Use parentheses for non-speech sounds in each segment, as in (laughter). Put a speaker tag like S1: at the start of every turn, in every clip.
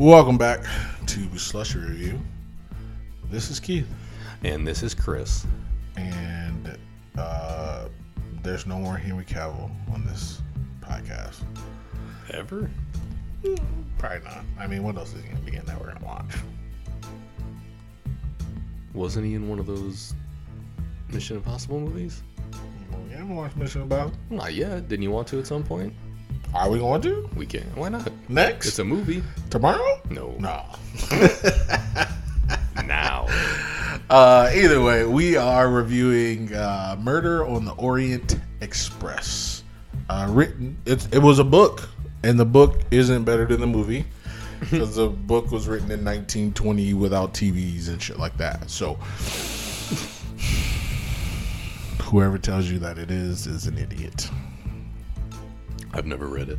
S1: Welcome back to Slusher Review. This is Keith,
S2: And this is Chris.
S1: and uh, there's no more Henry Cavill on this podcast.
S2: Ever?
S1: Probably not. I mean, what else is he going to be in that we're going to watch?
S2: Wasn't he in one of those Mission Impossible movies?
S1: We haven't watched Mission About.
S2: Not yet. Didn't you want to at some point?
S1: Are we going to?
S2: We can. Why not?
S1: Next?
S2: It's a movie.
S1: Tomorrow? (laughs)
S2: No.
S1: No.
S2: Now.
S1: Uh, either way, we are reviewing uh, Murder on the Orient Express. Uh, written, it, it was a book, and the book isn't better than the movie because the book was written in 1920 without TVs and shit like that. So, whoever tells you that it is is an idiot.
S2: I've never read it.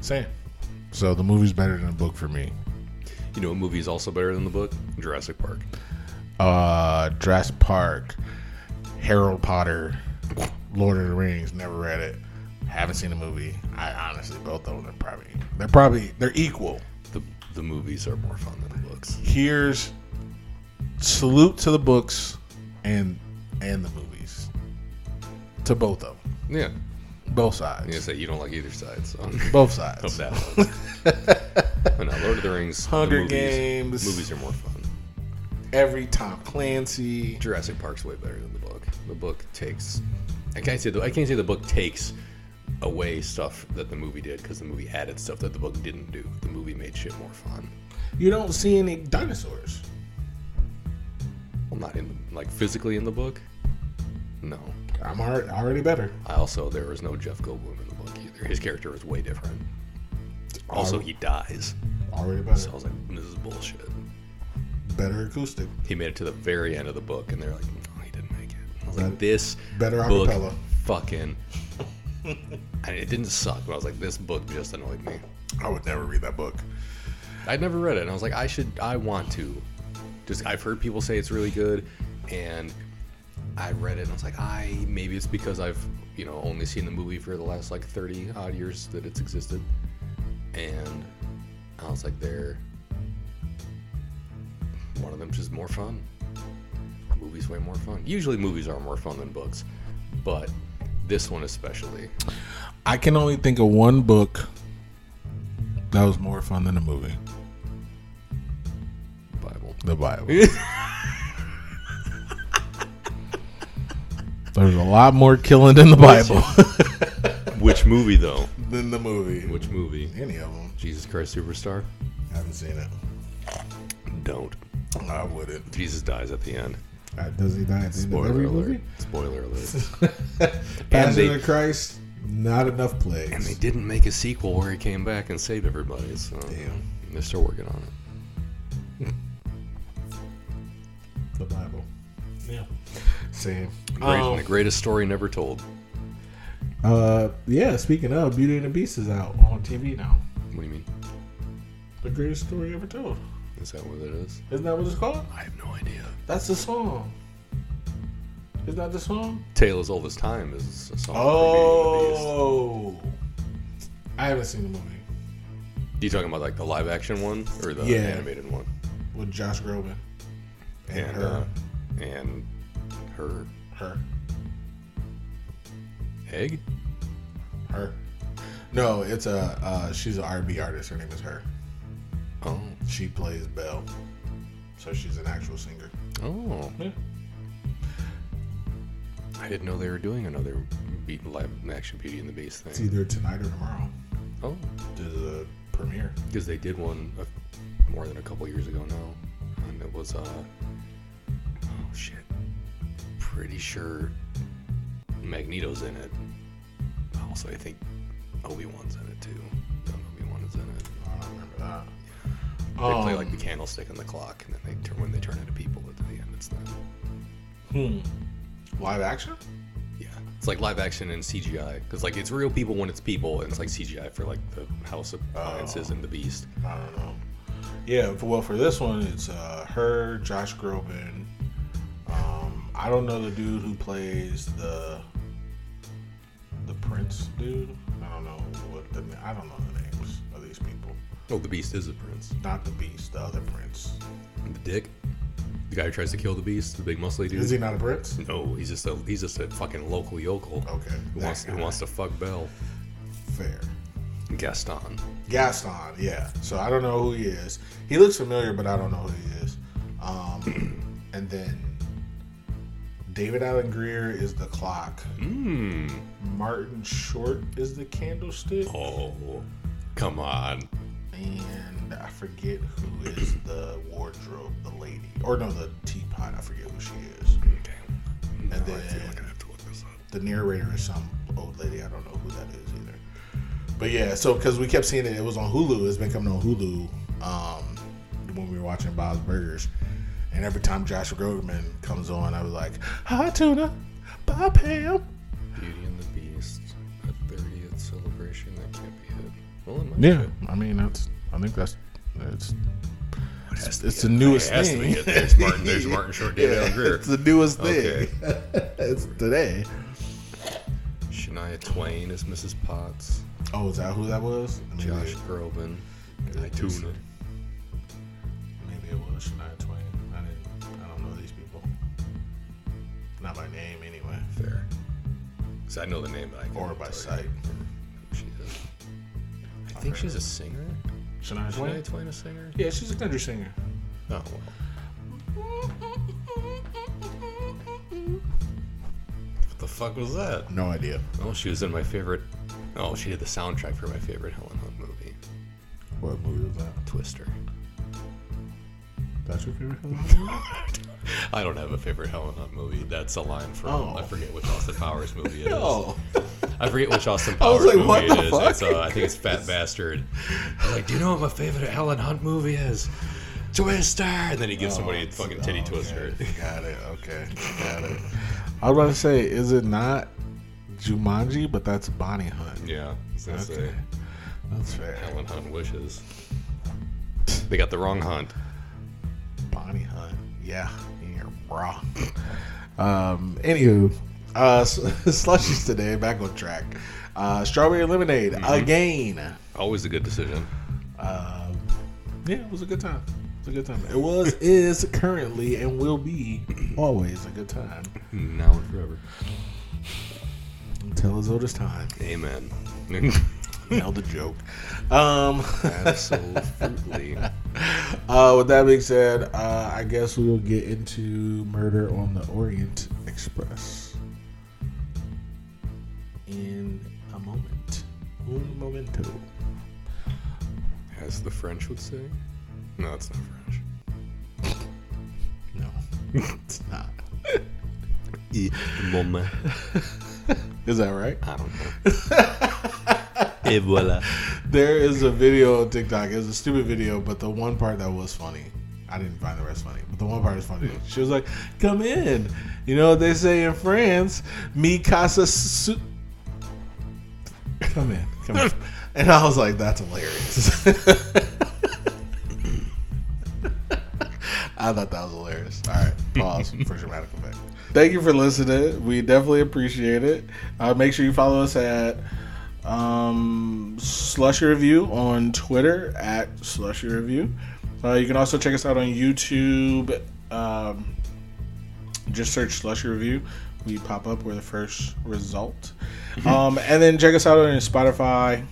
S1: Same. So the movie's better than the book for me.
S2: You know, a movie is also better than the book? Jurassic Park.
S1: uh Dress Park, Harold Potter, Lord of the Rings, never read it. Haven't seen the movie. I honestly both of them are probably they're probably they're equal.
S2: The, the movies are more fun than the books.
S1: Here's salute to the books and and the movies. To both of them.
S2: Yeah.
S1: Both sides.
S2: You say you don't like either side, so.
S1: Both
S2: Of
S1: sides.
S2: that one. But no, Lord of the Rings. the
S1: Hunger
S2: movies,
S1: Games.
S2: Movies are more fun.
S1: Every Tom Clancy.
S2: Jurassic Park's way better than the book. The book takes. I can't say the I can't say the book takes away stuff that the movie did because the movie added stuff that the book didn't do. The movie made shit more fun.
S1: You don't see any dinosaurs.
S2: Well, not in the, like physically in the book. No.
S1: I'm alre- already better.
S2: I also there was no Jeff Goldblum in the book either. His character was way different. Also, he dies.
S1: Already better.
S2: So I was like, this is bullshit.
S1: Better acoustic.
S2: He made it to the very end of the book, and they're like, oh, he didn't make it. I was like, this
S1: better
S2: book
S1: acapella.
S2: fucking. (laughs) and it didn't suck, but I was like, this book just annoyed me.
S1: I would never read that book.
S2: I'd never read it, and I was like, I should, I want to. Just I've heard people say it's really good, and I read it, and I was like, I maybe it's because I've you know only seen the movie for the last like thirty odd years that it's existed, and I was like, they're one of them's just more fun. Movies way more fun. Usually movies are more fun than books, but this one especially.
S1: I can only think of one book that was more fun than a movie.
S2: Bible. (laughs)
S1: The Bible. There's a lot more killing in the Bible
S2: Which movie though?
S1: (laughs) than the movie.
S2: Which movie?
S1: any of them?
S2: Jesus Christ Superstar.
S1: haven't seen it.
S2: Don't.
S1: I wouldn't.
S2: Jesus dies at the end.
S1: does he die at the end of
S2: Spoiler
S1: every
S2: alert.
S1: movie?
S2: Spoiler (laughs) alert.
S1: Passion
S2: they-
S1: of Christ. Not enough plagues.
S2: and they didn't make a sequel where he came back and saved everybody. So
S1: Damn.
S2: they're still working on it.
S1: the Bible. Yeah. Same.
S2: Great,
S1: Oh.
S2: The greatest story never told.
S1: Uh, yeah. Speaking of, Beauty and the Beast is out on TV now.
S2: What do you mean?
S1: The greatest story ever told.
S2: Is that what it is?
S1: Isn't that what it's called?
S2: I have no idea.
S1: That's the song. Isn't that the song?
S2: Tale as old as time is a song. Oh.
S1: Oh. I haven't seen the movie.
S2: You talking about like the live action one or the
S1: Yeah.
S2: animated one?
S1: With Josh Groban. And,
S2: And
S1: her.
S2: uh, and her
S1: her.
S2: egg.
S1: Her. No, it's a uh, she's an R&B artist. Her name is Her.
S2: Oh.
S1: She plays Belle. So she's an actual singer.
S2: Oh.
S1: Yeah.
S2: I didn't know they were doing another beat live action Beauty and the Beast
S1: It's
S2: thing.
S1: either tonight or tomorrow.
S2: Oh.
S1: There's a premiere.
S2: because they did one a, more than a couple years ago now, and it was uh oh shit, pretty sure Magneto's in it. Also, I think Obi Wan's in it too. Obi Wan is in it.
S1: I don't remember that. Um,
S2: They
S1: Oh.
S2: play like the candlestick and the clock, and then they turn when they turn into people at the end. It's them.
S1: live action?
S2: Yeah, it's like live action and CGI because like it's real people when it's people, and it's like CGI for like the House of Appliances and the Beast.
S1: I don't know. Yeah, for, well, for this one, it's uh, her, Josh Groban. Um, I don't know the dude who plays the the prince dude. I don't know what the na- I don't know the names of these people.
S2: Oh, the Beast is the prince.
S1: Not the Beast, the other prince.
S2: The dick, the guy who tries to kill the Beast, the big muscly dude.
S1: Is he not a prince?
S2: No, he's just a he's just a fucking local yokel.
S1: Okay,
S2: Who
S1: that
S2: wants who
S1: guy.
S2: wants to fuck Belle?
S1: Fair.
S2: Gaston.
S1: Gaston, yeah. So I don't know who he is. He looks familiar, but I don't know who he is.
S2: (clears throat)
S1: Um, and then David Allen Greer is the clock.
S2: Mmm.
S1: Martin Short is the candlestick,
S2: Oh, come on.
S1: and I forget who is the wardrobe, the lady, or no, the teapot. I forget who she is.
S2: Damn. Now I feel
S1: then-
S2: like I have to look this up.
S1: the narrator is some old lady. I don't know who that is either. But yeah, so because we kept seeing it, it was on Hulu. It's been coming on Hulu um, when we were watching Bob's Burgers. And every time Joshua Groban comes on, I was like, "Hi tuna, bye Pam."
S2: Beauty and the Beast, a 30th celebration that can't be hit. Well, it might
S1: Yeah, I mean that's. I think that's. It's
S2: It's,
S1: it's the newest
S2: it has to
S1: thing.
S2: be hit. There's
S1: (laughs)
S2: Martin, there's Martin Short, David Allen Greer.
S1: it's the newest
S2: Okay.
S1: thing. (laughs) it's today.
S2: Shania Twain is Mrs. Potts.
S1: Oh, is that who that was? Maybe-
S2: Josh Groban.
S1: Yeah,
S2: Tuna.
S1: Maybe it was Shania Twain. I didn't. I don't know these people. Not by name, anyway,
S2: Fair. Because I know the name, but I can't
S1: or by
S2: tell you
S1: sight.
S2: who she is. I think she's a singer.
S1: Shania
S2: Shania Twain a singer?
S1: Yeah, she's a country singer.
S2: Oh, well. What the fuck was that?
S1: No idea.
S2: Oh, she was in my favorite. Oh, she did the soundtrack for my favorite Helen Hunt movie,
S1: What movie was that?
S2: Twister.
S1: That's your favorite? (laughs)
S2: I don't have a favorite Helen Hunt movie. That's a line from
S1: Oh.
S2: I forget which Austin Powers
S1: (laughs)
S2: movie it is.
S1: no.
S2: I forget which Austin
S1: I was
S2: Powers
S1: like,
S2: movie
S1: what
S2: it
S1: the
S2: is.
S1: fuck?
S2: It's, uh, I think it's Fat Bastard. I was like, do you know what my favorite Helen Hunt movie is? Twister. And then he gives somebody a fucking titty
S1: Okay,
S2: twister.
S1: Got it. Okay. Got it. I was about to say, is it not Jumanji? But that's Bonnie Hunt.
S2: Yeah. That's
S1: Okay. That's fair.
S2: Helen Hunt wishes. They got the wrong hunt.
S1: Bonnie Hunt. Yeah, yeah, bra. Um, anywho, uh, (laughs) slushies today. Back on track. Uh, strawberry lemonade again.
S2: Always a good decision.
S1: Um yeah, it was a good time. It's a good time. It was, is currently, and will be always a good time
S2: Hmm, Now and forever.
S1: until it's oldest time.
S2: (laughs) Amen.
S1: Now the joke. (laughs) Um,
S2: Absolutely.
S1: uh, with that being said, uh, I guess we will get into Murder on the Orient Express in a moment. Un momento.
S2: As the French would say. No, it's not French.
S1: No, (laughs) it's not. Is that right?
S2: I don't know. Et voila.
S1: There is a video on TikTok. It was a stupid video, but the one part that was funny, I didn't find the rest funny, but the one part is funny. She was like, "Come in," you know what they say in France, "Mi casa su." Come in, come in, and I was like, "That's hilarious." (laughs) I thought that was hilarious. All right, pause for dramatic effect. Thank you for listening. We definitely appreciate it. Uh, make sure you follow us at um, Slushy Review on Twitter at Slushy Review. Uh, you can also check us out on YouTube. Um, just search Slushy Review. We pop up. We're the first result. um, and then check us out on Spotify,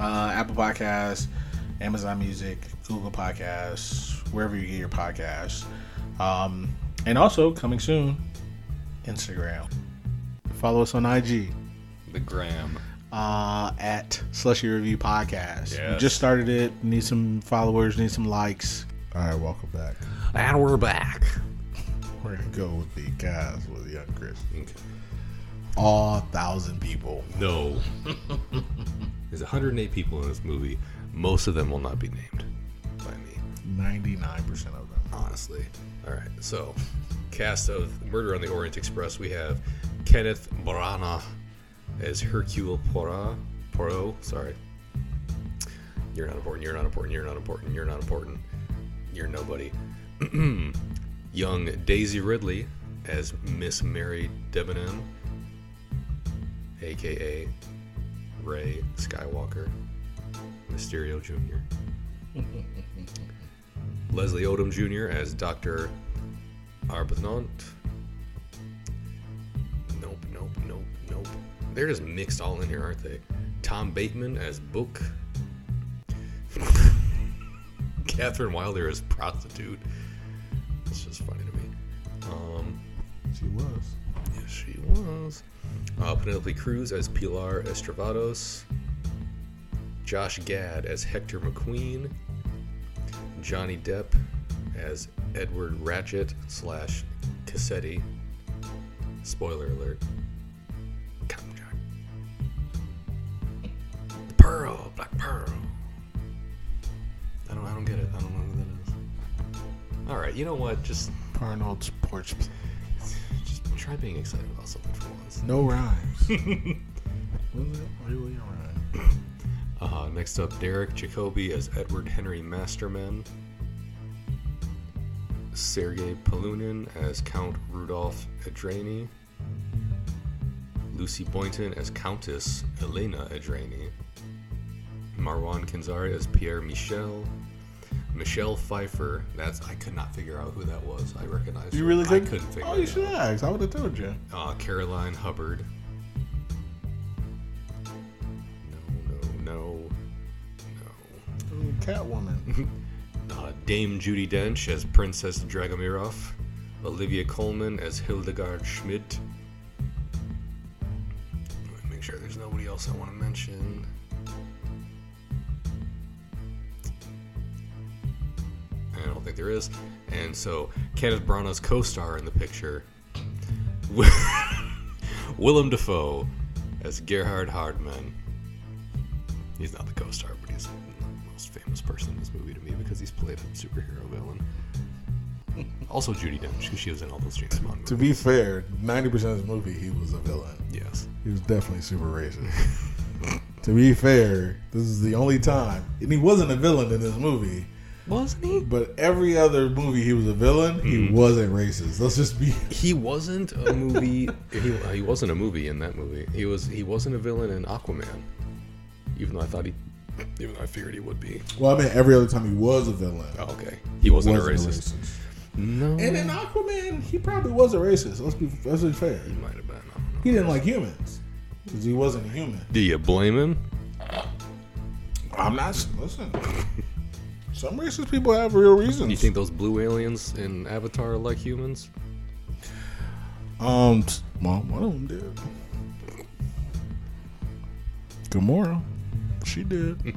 S1: uh, Apple Podcasts, Amazon Music, Google Podcasts, wherever you get your podcasts. Um, and also, coming soon, Instagram. Follow us on IG
S2: The gram.
S1: uh, at Slushy Review Podcast. We
S2: Yes.
S1: just started it. Need some followers. Need some likes. All right, welcome back.
S2: And we're back.
S1: We're gonna go with the guys with Young Chris.
S2: Okay.
S1: All thousand people.
S2: No. (laughs) There's 108 people in this movie. Most of them will not be named by me.
S1: Ninety-nine percent of them.
S2: honestly. All right, so cast of Murder on the Orient Express, we have Kenneth Branagh as Hercule Poirot. Poirot, sorry. You're not important. You're not important. You're not important. You're not important. You're nobody. (clears throat) Young Daisy Ridley as Miss Mary Debenham, aka Ray Skywalker, Mysterio Jr. Leslie Odom Jr. as Dr. Arbuthnot. Nope, nope, nope, nope. They're just mixed all in here, aren't they? Tom Bateman as Book. (laughs) Catherine Wilder as Prostitute. It's just funny to me. Um,
S1: She was.
S2: yes, she was. Uh, Penelope Cruz as Pilar Estravados. Josh Gad as Hector McQueen. Johnny Depp as Edward Ratchet slash Cassetti. Spoiler alert. Come, Jack. Pearl, Black Pearl. I don't, I don't get it. I don't know who that is. All right, you know what? Just,
S1: Arnold's porch.
S2: just try being excited about something for once.
S1: No (laughs) rhymes. was it really a rhyme?
S2: Uh, next up, Derek Jacobi as Edward Henry Masterman. Sergei Polunin as Count Rudolph Edrani. Lucy Boynton as Countess Elena Edrani. Marwan Kenzari as Pierre Michel. Michelle Pfeiffer. That's I could not figure out who that was. I recognized.
S1: You
S2: her.
S1: really
S2: I
S1: couldn't?
S2: couldn't figure
S1: Oh,
S2: it
S1: you
S2: out
S1: should ask. I would have told you.
S2: uh, Caroline Hubbard. No, no, no,
S1: Catwoman.
S2: no. Uh, Dame Judy Dench as Princess Dragomirov. Olivia Coleman as Hildegard Schmidt. Let me Make sure there's nobody else I want to mention. I don't think there is. And so, Kenneth Branagh's co-star in the picture, (laughs) Wi- Willem Dafoe as Gerhard Hardman. He's not the co-star, but he's the most famous person in this movie to me because he's played a superhero villain. (laughs) Also, Judy Dench, because she was in all those James Bond movies.
S1: to be fair, 90% of this movie, he was a villain.
S2: Yes.
S1: He was definitely super racist. (laughs) to be fair, this is the only time, and he wasn't a villain in this movie.
S2: Wasn't he?
S1: But every other movie he was a villain,
S2: Mm-hmm.
S1: he wasn't racist. Let's just be
S2: He wasn't a movie. (laughs) he, uh, he wasn't a movie in that movie. He was. He wasn't a villain in Aquaman, even though I thought he, even though I figured he would be.
S1: well. I mean, every other time he was a villain,
S2: Oh, okay. He wasn't,
S1: wasn't
S2: a racist. No.
S1: And in Aquaman, he probably was a racist. Let's be let's be fair.
S2: he might have been. I don't know.
S1: He didn't like humans because he wasn't a human.
S2: Do you blame him?
S1: I'm not listen. Some racist people have real reasons.
S2: You think those blue aliens in Avatar are like humans?
S1: Um, t- well, one of them did. Gamora, she
S2: (laughs)
S1: did.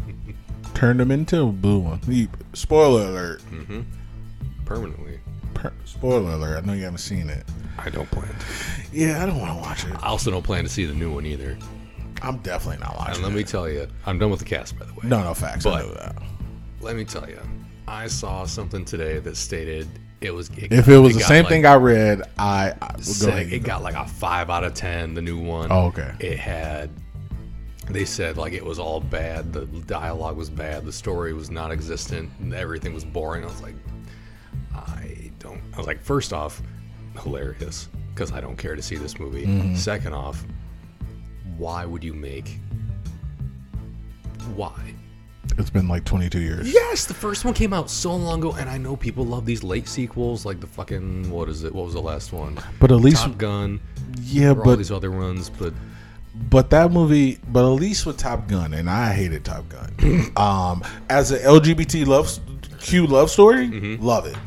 S1: Turned him into a blue one. He, spoiler alert.
S2: Hmm. Permanently.
S1: Per- spoiler alert. I know you haven't seen it.
S2: I don't plan to.
S1: Yeah, I don't want to watch it.
S2: I also don't plan to see the new one either.
S1: I'm definitely not watching.
S2: And let me tell you, I'm done with the cast, by the way.
S1: it. No, no facts. I
S2: But-
S1: know that.
S2: Let me tell you, I saw something today that stated it was.
S1: If it was the
S2: got
S1: same
S2: like
S1: thing I read, I, I would go
S2: sick.
S1: ahead.
S2: It got like a five out of ten. The new one.
S1: Oh, okay.
S2: It had. They said like it was all bad. The dialogue was bad. The story was non-existent. And everything was boring. I was like, I don't. I was like, first off, hilarious because I don't care to see this movie. Second off, why would you make? Why?
S1: it's been like 22 years.
S2: Yes, the first one came out so long ago, and I know people love these late sequels, like the fucking what is it? What was the last one?
S1: But at least,
S2: Top Gun.
S1: yeah,
S2: Or all
S1: but
S2: these other ones, but
S1: But that movie, but at least with Top Gun, and I hated Top Gun. um, as an LGBT love Q love story, love it.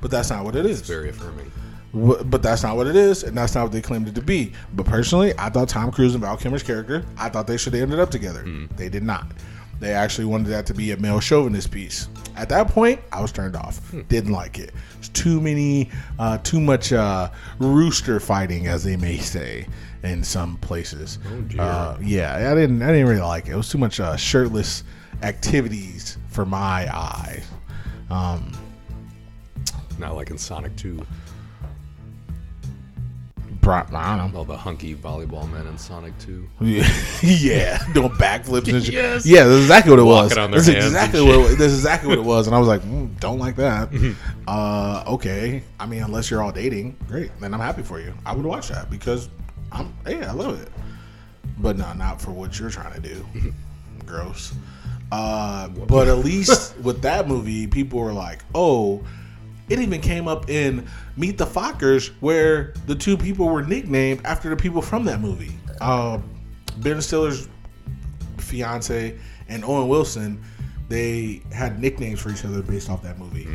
S1: But that's not what it is.
S2: very affirming.
S1: Wh- But that's not what it is, and that's not what they claimed it to be. But personally, I thought Tom Cruise and Val Kilmer's character, I thought they should have ended up together. They did not. They actually wanted that to be a male chauvinist piece. At that point, I was turned off. Didn't like it. It's too many, uh, too much uh, rooster fighting, as they may say, in some places. Oh
S2: dear.
S1: Uh, yeah, I didn't. I didn't really like it. It was too much uh, shirtless activities for my eye.
S2: Not like in Sonic 2,
S1: Brought, I don't know.
S2: all the hunky volleyball men in Sonic 2. (laughs)
S1: yeah, doing backflips and shit.
S2: Yes.
S1: Yeah, that's exactly what it was.
S2: Walking on their
S1: that's
S2: hands and
S1: exactly
S2: shit.
S1: what it, wa- that's exactly what it was. And I was like, mm, don't like
S2: (laughs)
S1: that.
S2: Mm-hmm.
S1: uh, okay, I mean, unless you're all dating, great. Then I'm happy for you. I would watch that because I'm
S2: (laughs)
S1: hey, I love it. But no, not for what you're trying to do. Gross. Uh, but at
S2: (laughs)
S1: least with that movie, people were like, "Oh, it even came up in Meet the Fockers, where the two people were nicknamed after the people from that movie." Um, ben Stiller's fiance and Owen Wilson, they had nicknames for each other based off that movie.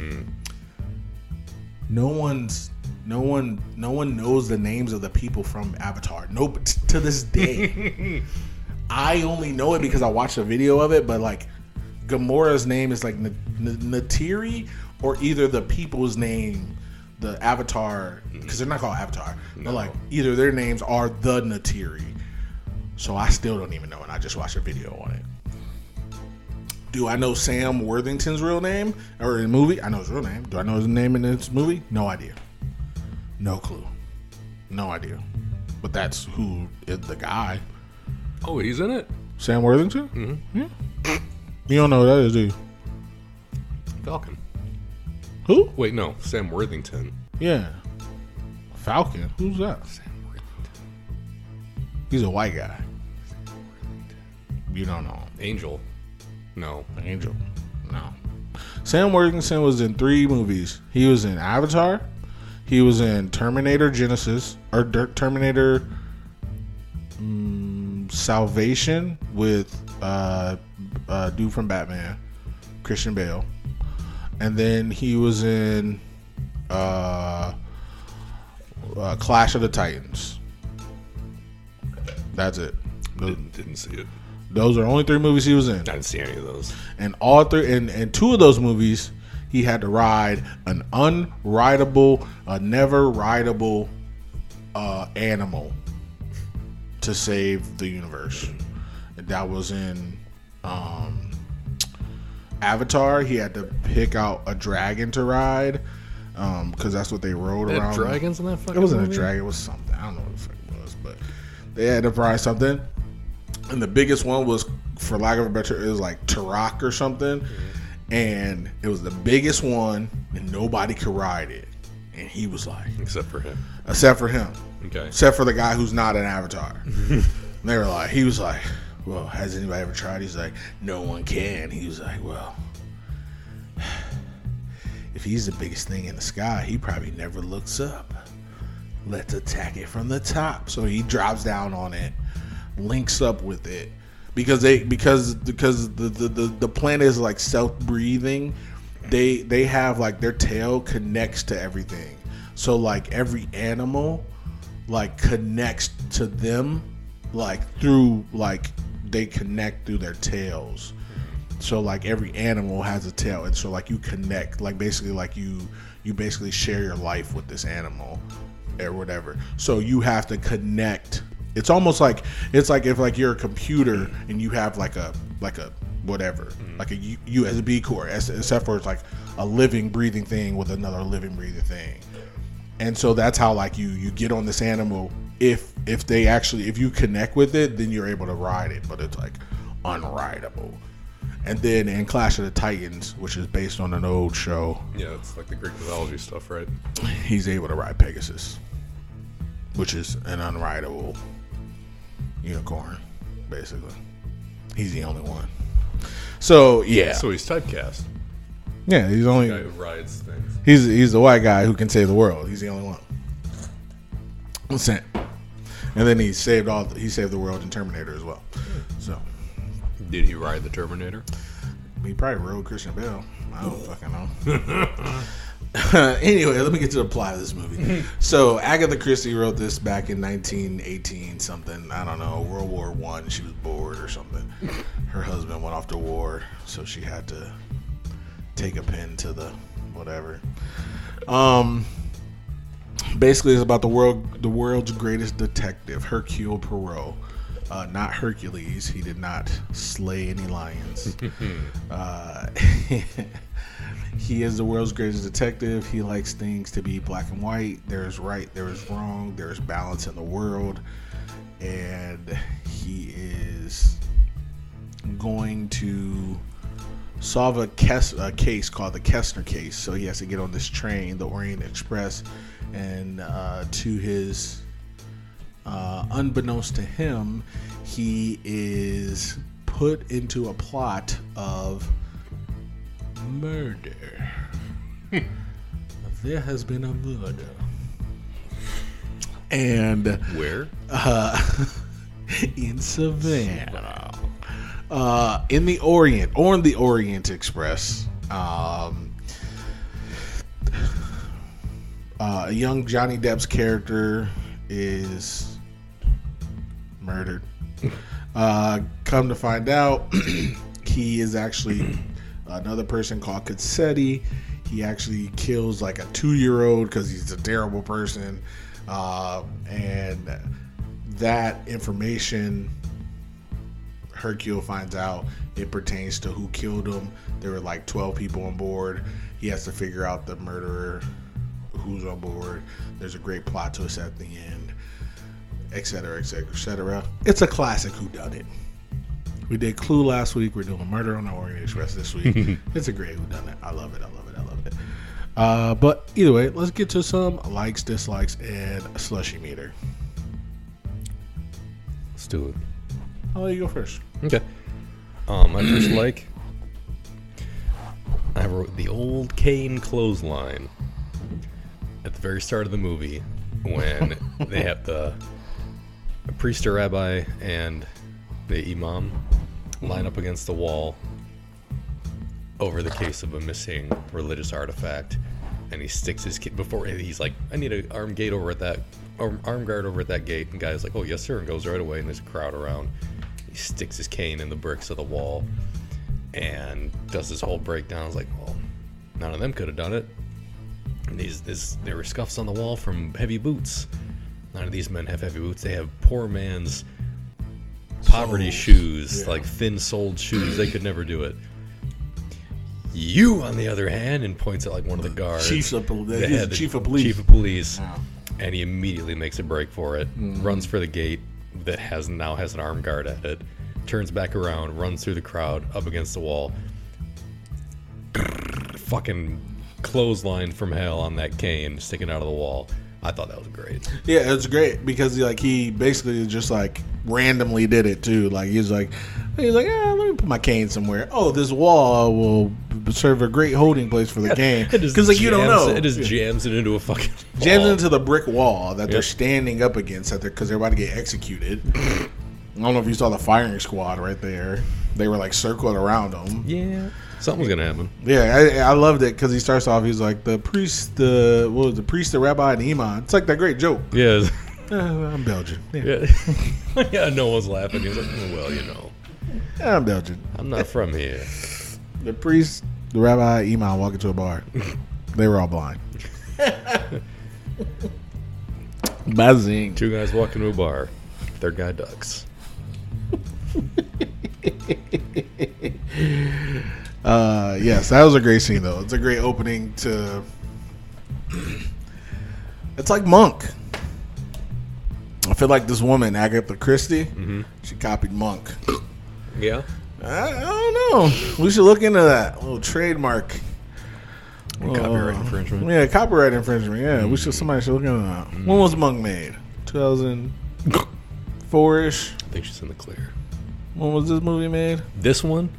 S1: No one's no one no one knows the names of the people from Avatar. Nope t- to this day. I only know it because I watched a video of it, but like Gamora's name is like N- N- Natiri or either the people's name the Avatar because they're not called Avatar. They're like either their names are the Natiri. So I still don't even know, and I just watched a video on it. Do I know Sam Worthington's real name or in the movie? I know his real name. Do I know his name in this movie? No idea. No clue. No idea. But that's who is the guy.
S2: Oh, he's in it.
S1: Sam Worthington? Mm-hmm. Yeah. You don't know who that is, do you?
S2: Falcon.
S1: Who?
S2: Wait, no, Sam Worthington.
S1: Yeah. Falcon. Who's that?
S2: Sam Worthington.
S1: He's a white guy. You don't know him.
S2: Angel. No.
S1: Angel. No. Sam Worthington was in three movies. He was in Avatar. He was in Terminator Genesis or Der- Terminator mm, Salvation with uh, uh, dude from Batman, Christian Bale, and then he was in uh, uh, Clash of the Titans. That's it. Those,
S2: Didn't see it.
S1: those are the only three movies he was in
S2: I didn't see any of those.
S1: and all three and, and two of those movies he had to ride an unrideable a never rideable uh, animal to save the universe and that was in um, avatar he had to pick out a dragon to ride because that's what they rode
S2: They had
S1: around
S2: dragons in that fucking
S1: it wasn't a
S2: movie?
S1: dragon. It was something. I don't know what the fuck it was, but they had to prize something. And the biggest one was, for lack of a better, it was like Turok or something. And it was the biggest one, and nobody could ride it. And he was like,
S2: Except for him.
S1: except for him,
S2: Okay.
S1: except for the guy who's not an avatar. and they were like, he was like, well, has anybody ever tried? He's like, no one can. He was like, well, (sighs) if he's the biggest thing in the sky, he probably never looks up. Let's attack it from the top. So he drops down on it, links up with it, because they because because the the the, the planet is like self breathing. They they have like their tail connects to everything. So like every animal, like connects to them, like through like they connect through their tails. So like every animal has a tail, and so like you connect, like basically like you you basically share your life with this animal or whatever. So you have to connect. It's almost like it's like if like you're a computer and you have like a like a whatever like a U- USB core, as- except for it's like a living breathing thing with another living breathing thing and so that's how like you you get on this animal if if they actually if you connect with it then you're able to ride it but it's like unrideable and then in clash of the titans which is based on an old show
S2: Yeah, it's like the Greek mythology stuff, right?
S1: he's able to ride pegasus which is an unrideable unicorn basically he's the only one so yeah
S2: So he's typecast.
S1: yeah he's only
S2: Guy who rides things.
S1: He's he's the white guy who can save the world. He's the only one. That's it. And then he saved all he saved the world in Terminator as well. So
S2: Did he ride the Terminator?
S1: he probably rode Christian Bale. I don't fucking know. (laughs) anyway, let me get to the plot of this movie. so Agatha Christie wrote this back in 1918 something. I don't know World War One. She was bored or something. Her husband went off to war, so she had to take a pen to the whatever. Um, basically, it's about the world, the world's greatest detective, Hercule Poirot. Uh, not Hercules. He did not slay any lions. uh, (laughs) he is the world's greatest detective. He likes things to be black and white. There is right, there is wrong, there is balance in the world. And he is going to solve a, kes- a case called the Kessner case. So he has to get on this train, the Orient Express, and uh, to his, uh, unbeknownst to him, he is put into a plot of murder. Hmm. there has been a murder. And
S2: Where?
S1: uh, (laughs) in Savannah, uh, in the Orient, on the Orient Express. Um, uh, young Johnny Depp's character is murdered. Uh, come to find out, (clears throat) he is actually (clears throat) another person called Cassetti. He actually kills like a two year old because he's a terrible person. Uh, and that information, Hercule finds out it pertains to who killed him. There were like 12 people on board. He has to figure out the murderer, who's on board. There's a great plot twist at the end, etc., etc., etc. It's a classic Who Done It. We did Clue last week. We're doing Murder on the Orient Express this week. it's a great Who Done It. I love it. I love it. I love it. Uh, but either way, let's get to some likes, dislikes, and slushy meter.
S2: Let's do it.
S1: I'll let you go first.
S2: Okay. Um, my first like, I wrote the old Kane clothesline at the very start of the movie when they have the priest or rabbi and the imam line up against the wall over the case of a missing religious artifact, and he sticks his kid before and he's like, "I need an arm gate over at that arm, arm guard over at that gate," and guy's like, "Oh yes sir," and goes right away, and there's a crowd around. He sticks his cane in the bricks of the wall, and does this whole breakdown. It's like, well, none of them could have done it. And these, this, there were scuffs on the wall from heavy boots. None of these men have heavy boots. They have poor man's poverty
S1: Soles.
S2: shoes,
S1: Yeah.
S2: like thin-soled shoes. they could never do it. You, on the other hand, and points at like one of the guards.
S1: Chiefs of pol-
S2: They
S1: he's the
S2: had
S1: chief of police.
S2: Chief of police, and he immediately makes a break for it.
S1: Mm-hmm.
S2: Runs for the gate that has now has an armed guard at it. Turns back around, runs through the crowd up against the wall. Fucking clothesline from hell on that cane sticking out of the wall. I thought that was great.
S1: Yeah, it's great because like he basically just like randomly did it too. Like he's like he's like, ah, let me put my cane somewhere. Oh, this wall will serve a great holding place for the cane
S2: It just
S1: because like you don't
S2: jams
S1: know.
S2: it, it just jams it into a fucking
S1: (laughs) jams
S2: wall.
S1: into the brick wall that they're
S2: Yep.
S1: standing up against that they're because they're about to get
S2: (laughs)
S1: executed. I don't know if you saw the firing squad right there. They were like circled around him.
S2: Yeah, something's
S1: (laughs)
S2: gonna happen.
S1: Yeah, I, I loved it because he starts off. He's like the priest, the what was it, the priest, the rabbi, and Iman. It's like that great joke.
S2: Yeah, (laughs)
S1: (laughs) Uh, I'm Belgian. Yeah,
S2: yeah, (laughs) yeah. No one's laughing. He's like, "Oh, well, you know,
S1: I'm Belgian.
S2: I'm not from here.
S1: The priest, the rabbi, Iman walk into a (laughs) bar. they were all (laughs) blind. Buzzing.
S2: Two guys walk into a bar. Third guy ducks.
S1: Uh, yes, that was a great scene though. It's a great opening to. It's like Monk. I feel like this woman, Agatha Christie, she copied Monk.
S2: Yeah.
S1: I, I don't know. We should look into that. little trademark.
S2: Copyright
S1: Uh,
S2: infringement.
S1: Yeah, copyright infringement. Yeah, we should. Somebody should look into that. When was Monk made? Two thousand four ish.
S2: I think she's in the clear.
S1: When was this movie made?
S2: This one,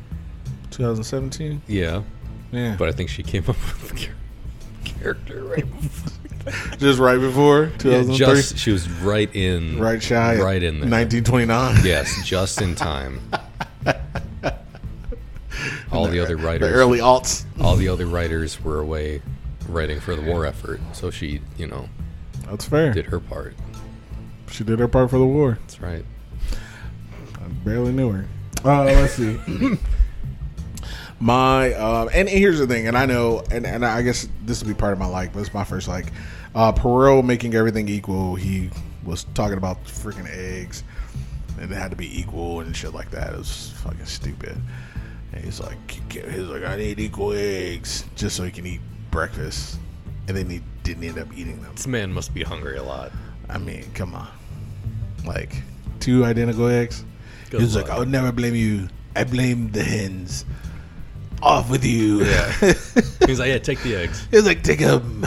S1: Two thousand seventeen.
S2: yeah,
S1: Yeah,
S2: but I think she came (laughs) up with the char-
S1: (laughs)
S2: character right before.
S1: just right before two
S2: Yeah,
S1: thousand three.
S2: just she was right in.
S1: right shy.
S2: Right in there.
S1: Nineteen twenty nine.
S2: Yes, just
S1: (laughs)
S2: in time. All the other
S1: The
S2: writers,
S1: early alts.
S2: all the other writers were away writing for the war effort, so she, you know,
S1: That's fair.
S2: did her part.
S1: She did her part for the war.
S2: That's right.
S1: I barely knew her. Uh, let's see. (coughs) my um, and here's the thing, and I know, and, and I guess this will be part of my like, but it's my first like. Uh, Perot making everything equal. He was talking about freaking eggs, and it had to be equal and shit like that. It was fucking stupid. And he's like, you can't- he's like, I need equal eggs just so he can eat breakfast, and then he didn't end up eating them.
S2: This man must be hungry a lot.
S1: I mean, come on. Like, two identical eggs?
S2: Good
S1: he was
S2: luck.
S1: like, I would never blame you. I blame the hens. Off with you.
S2: Yeah. He's like, yeah, take the eggs.
S1: (laughs) he was like, take (laughs) him.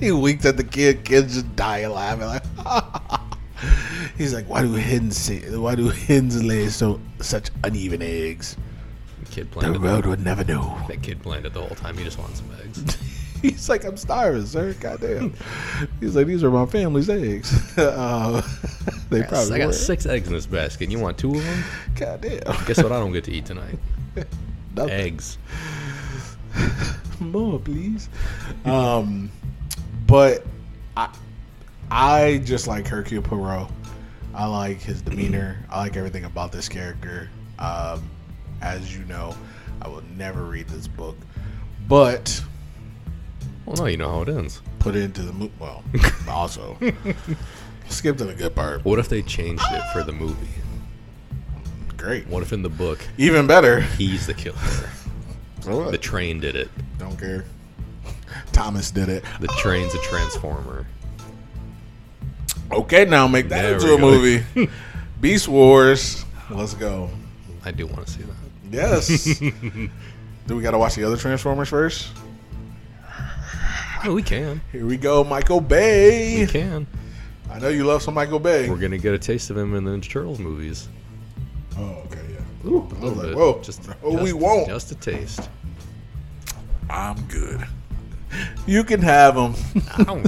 S1: he winked at the kid. Kids just dying laughing. Like, (laughs) He's like, why do hens say, why do hens lay so such uneven eggs?
S2: Kid
S1: The
S2: planned it.
S1: road would never know. (laughs)
S2: That kid planned it the whole time. He just wanted some eggs.
S1: He's like, I'm starving, sir. Goddamn. He's like, these are my family's eggs. (laughs) uh, they probably
S2: I got
S1: were.
S2: six eggs in this basket. and You want two of them?
S1: Goddamn.
S2: Guess what? I don't get to eat tonight.
S1: (laughs) Nothing.
S2: Eggs.
S1: more, please. Um, but I, I just like Hercule Poirot. I like his demeanor. I like everything about this character. Um, as you know, I will never read this book, but
S2: Well, no, you know how it ends.
S1: put it into the mo-
S2: (laughs)
S1: well. Also, skip to the good part.
S2: What if they changed it for the movie?
S1: Great,
S2: What if in the book
S1: even better.
S2: he's the killer?
S1: So what?
S2: The train did it.
S1: Don't care. Thomas did it.
S2: The train's a transformer.
S1: Okay, now make that
S2: There
S1: into
S2: we
S1: a
S2: go.
S1: movie. Beast Wars. Let's go.
S2: I do want to see that. (laughs)
S1: Yes. Do we got to watch the other Transformers first?
S2: Oh, we can.
S1: Here we go, Michael Bay.
S2: We can.
S1: I know you love some Michael Bay.
S2: We're gonna get a taste of him in the Ninja Turtles movies.
S1: oh, okay, yeah. Ooh, I
S2: A
S1: was
S2: little
S1: like,
S2: bit.
S1: whoa.
S2: Just,
S1: oh, we
S2: just-
S1: won't.
S2: Just
S1: (laughs)
S2: a taste.
S1: I'm good. You can have
S2: (laughs)
S1: them.
S2: I don't.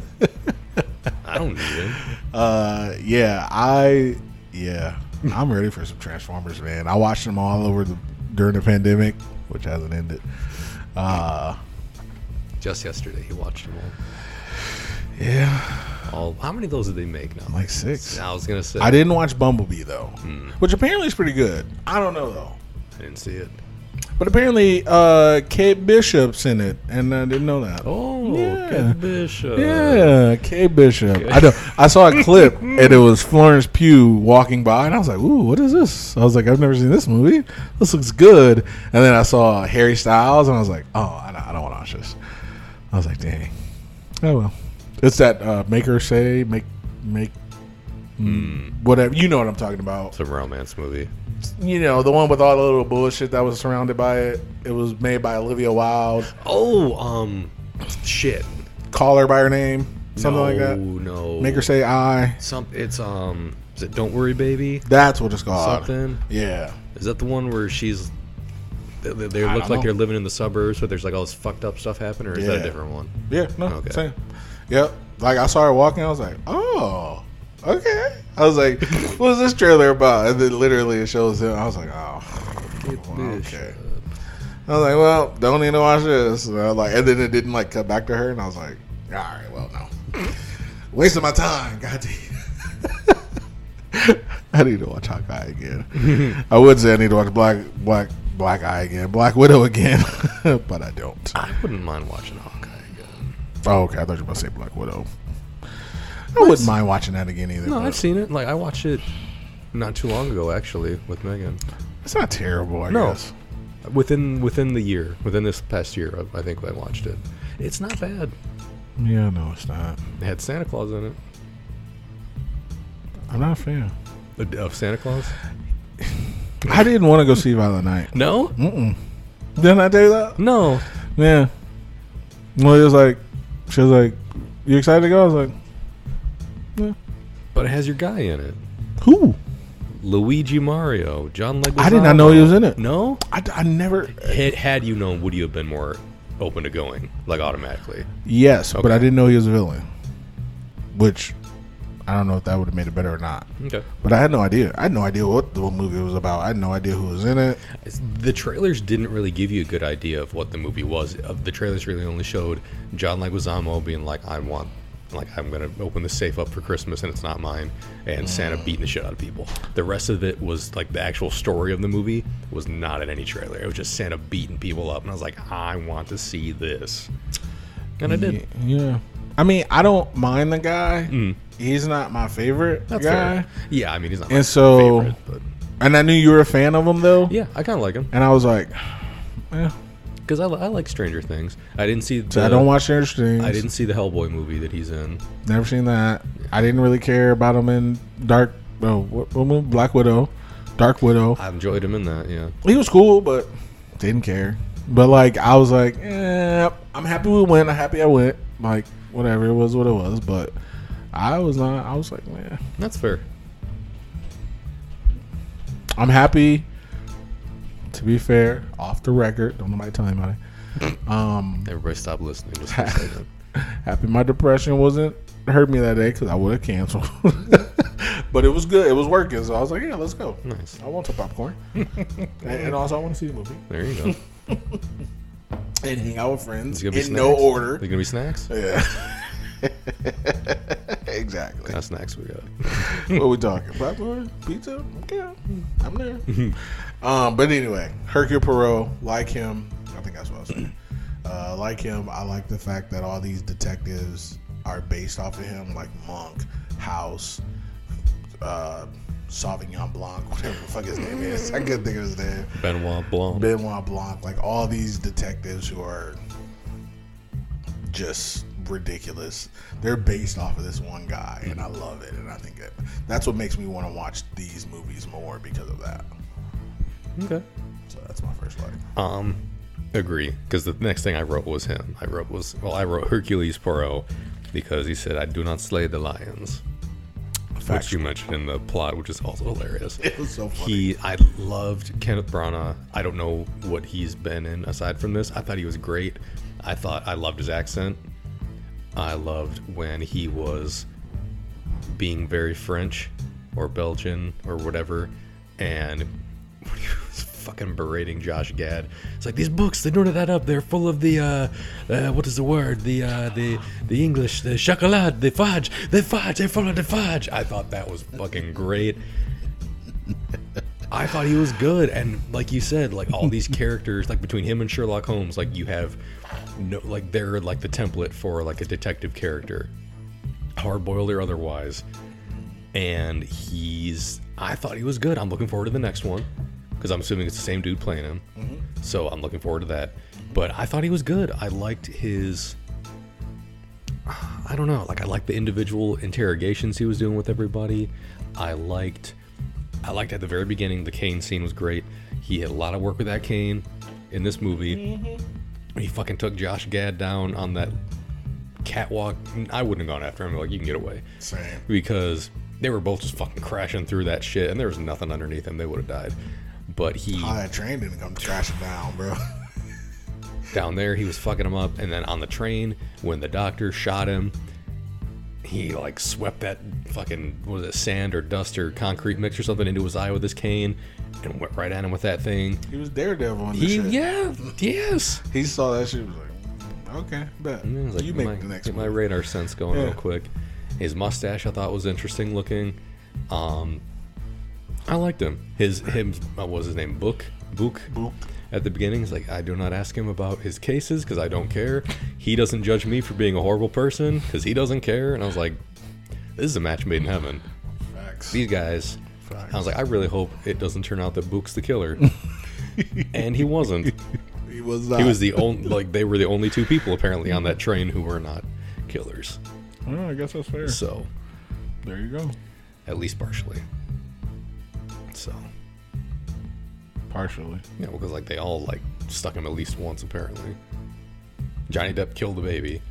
S2: I don't need him.
S1: Uh, yeah, I, yeah, I'm ready for some Transformers, man. I watched them all over the during the pandemic, which hasn't ended. Uh,
S2: Just yesterday, he watched them
S1: yeah,
S2: all. all. How many of those did they make now?
S1: like six.
S2: I was gonna say.
S1: I didn't watch Bumblebee though,
S2: Hmm.
S1: which apparently is pretty good. I don't know though.
S2: I didn't see it.
S1: But apparently, uh, Kate Bishop's in it, and I didn't know that.
S2: Oh,
S1: Yeah.
S2: good bishop.
S1: yeah, Kate Bishop. I know. I saw a clip, and it was Florence Pugh walking by, and I was like, "Ooh, what is this?" I was like, "I've never seen this movie. This looks good." And then I saw Harry Styles, and I was like, "Oh, I don't, I don't want to watch this." I was like, "Dang, oh well." It's that uh, make her say make make hmm, whatever you know what I'm talking about.
S2: Some romance movie.
S1: You know the one with all the little bullshit that was surrounded by it. It was made by Olivia Wilde.
S2: Oh, um, shit.
S1: call her by her name, something like
S2: no,
S1: that.
S2: No.
S1: Make her say "I."
S2: Some. It's um. Is it Don't Worry, Baby?
S1: That's what it's called.
S2: Something.
S1: Yeah,
S2: Is that the one where she's? They, they- they
S1: I
S2: look
S1: don't
S2: like
S1: know.
S2: they're living in the suburbs, but there's like all this fucked up stuff happening, or is that
S1: Yeah.
S2: a different one?
S1: yeah, no,
S2: Okay.
S1: same. Yep. Like I saw her walking, I was like, "Oh, okay." I was like, (laughs) "What is this trailer about?" And then literally it shows him. I was like, "Oh." Well, okay. I was like, "Well, don't need to watch this." And I was like, and then it didn't like cut back to her, and I was like, "All right, well, no, (laughs) wasting my time." God damn. (laughs) I need to watch Hawkeye
S2: (laughs)
S1: again. I would say I need to watch Black Black Black Eye again, Black Widow again, (laughs) but I don't.
S2: I wouldn't mind watching Hawkeye again.
S1: Oh, okay. I thought you were about to say Black Widow. I wouldn't mind watching that again either.
S2: No,
S1: but
S2: I've seen it. Like I watched it not too long ago, actually, with Megan.
S1: it's not terrible. I
S2: No.
S1: guess.
S2: Within within the year, within this past year, I, I think I watched it. It's not bad.
S1: Yeah, no, it's not.
S2: It had Santa Claus in it.
S1: I'm not a
S2: (laughs)
S1: fan.
S2: Of- Uh, Of Santa Claus?
S1: I didn't want to go see Violent Night.
S2: No,
S1: Mm-mm. Didn't I tell you that?
S2: no.
S1: Yeah. Well, it was like, she was like, "You excited to go?" I was like,
S2: But it has your guy in it,
S1: "Who?"
S2: Luigi Mario, John Leguizamo.
S1: I did not know he was in it.
S2: No,
S1: I, I never.
S2: had, had you known, would you have been more open to going, like automatically?
S1: Yes, but
S2: Okay.
S1: I didn't know he was a villain. Which, I don't know if that would have made it better or not.
S2: Okay.
S1: But I had no idea. I had no idea what the movie was about. I had no idea who was in it.
S2: The trailers didn't really give you a good idea of what the movie was. Uh, The trailers really only showed John Leguizamo being like, "I want." Like I'm gonna open the safe up for Christmas and it's not mine, and Santa
S1: Mm.
S2: beating the shit out of people. The rest of it was like the actual story of the movie was not in any trailer. It was just Santa beating people up, and I was like, I want to see this, and I did.
S1: (laughs) Yeah. I mean, I don't mind the guy. He's not my favorite
S2: That's
S1: guy.
S2: fair. Yeah, I mean he's not my
S1: And so-
S2: favorite, but
S1: And I knew you were a fan of him though.
S2: yeah, I kind of like him.
S1: And I was like, eh.
S2: Because I, li- I like Stranger Things. I didn't see. The,
S1: So I don't watch Stranger Things.
S2: I didn't see the Hellboy movie that he's in.
S1: Never seen that. I didn't really care about him in Dark. Oh, what, what movie? Black Widow, Dark Widow.
S2: I enjoyed him in that. Yeah.
S1: He was cool, but didn't care. But like, I was like, eh, I'm happy we went. I'm happy I went. Like, whatever it was, what it was. But I was not. I was like, man,
S2: That's fair.
S1: I'm happy. To be fair, off the record, don't nobody tell anybody. Um,
S2: Everybody stop listening. Just for a second.
S1: happy my depression wasn't hurt me that day because I would have canceled. (laughs) but it was good. It was working, so I was like, yeah, let's go.
S2: nice.
S1: I want some (laughs) popcorn, and, and also I want to see the movie
S2: There you go.
S1: and hang out with friends
S2: It's
S1: in
S2: gonna be
S1: no
S2: snacks.
S1: order.
S2: There's gonna be snacks.
S1: Yeah. (laughs) exactly.
S2: Not snacks. We got.
S1: what we talking? Popcorn? Pizza? Okay. I'm there.
S2: (laughs)
S1: um, but anyway, Hercule Poirot, like him. I think that's what I was
S2: (clears throat)
S1: saying. Uh, like him, I like the fact that all these detectives are based off of him, like Monk, House, uh, Sauvignon Blanc, whatever the fuck his name is. I couldn't think of his name.
S2: Benoit Blanc.
S1: Benoit Blanc, like all these detectives who are just ridiculous. They're based off of this one guy, and I love it. And I think that that's what makes me want to watch these movies more because of that.
S2: okay.
S1: So that's my first like.
S2: Um, agree. Because the next thing I wrote was him. I wrote was well, I wrote Hercules Poirot because he said, "I do not slay the lions," which you mentioned in the plot, which is also hilarious.
S1: It was so funny.
S2: He, I loved Kenneth Branagh. I don't know what he's been in aside from this. I thought he was great. I thought I loved his accent. I loved when he was being very French or Belgian or whatever, and (laughs) when he was fucking berating Josh Gad, it's like these books they don't that up. They're full of the uh, uh what is the word? The uh, the the English, the chocolate, the fudge, the fudge. They're full of the fudge. I thought that was fucking great. I thought he was good, and like you said, like all these characters, like between him and Sherlock Holmes, like you have no, like they're like the template for like a detective character, hard boiled or otherwise. And he's, I thought he was good. I'm looking forward to the next one because I'm assuming it's the same dude playing him, so I'm looking forward to that. But I thought he was good. I liked his. I don't know. Like I liked the individual interrogations he was doing with everybody. I liked I liked at the very beginning the cane scene was great. He had a lot of work with that cane in this movie. He fucking took Josh Gad down on that catwalk. I wouldn't have gone after him. Like you can get away
S1: Same.
S2: because they were both just fucking crashing through that shit, and there was nothing underneath him. They would have died. But he
S1: How that train didn't come crashing down, bro. (laughs)
S2: down there he was fucking him up and then on the train when the doctor shot him he like swept that fucking what was it sand or dust or concrete mix or something into his eye with his cane and went right at him with that thing
S1: He was daredevil in this
S2: he
S1: shit.
S2: yeah yes
S1: He saw that shit. Was like, "Mm, okay, bet.
S2: I was like,
S1: you
S2: get
S1: make
S2: my,
S1: the next
S2: get my (laughs)
S1: one.
S2: radar sense going
S1: Yeah.
S2: real quick his mustache i thought was interesting looking um i liked him his him what was his name book book
S1: Boop.
S2: at the beginning. He's like, I do not ask him about his cases because I don't care. He doesn't judge me for being a horrible person because he doesn't care. And I was like, this is a match made in heaven.
S1: Facts.
S2: These guys. I was like, I really hope it doesn't turn out that Book's
S1: (laughs)
S2: the killer. and he wasn't.
S1: he was. Not.
S2: He was the
S1: (laughs)
S2: only, like, they were the only two people apparently on that train who were not killers.
S1: Well, Oh, I guess that's fair.
S2: So,
S1: There you go.
S2: at least partially. So,
S1: Partially.
S2: yeah, because, like, they all, like, stuck him at least once apparently. Johnny Depp killed the baby,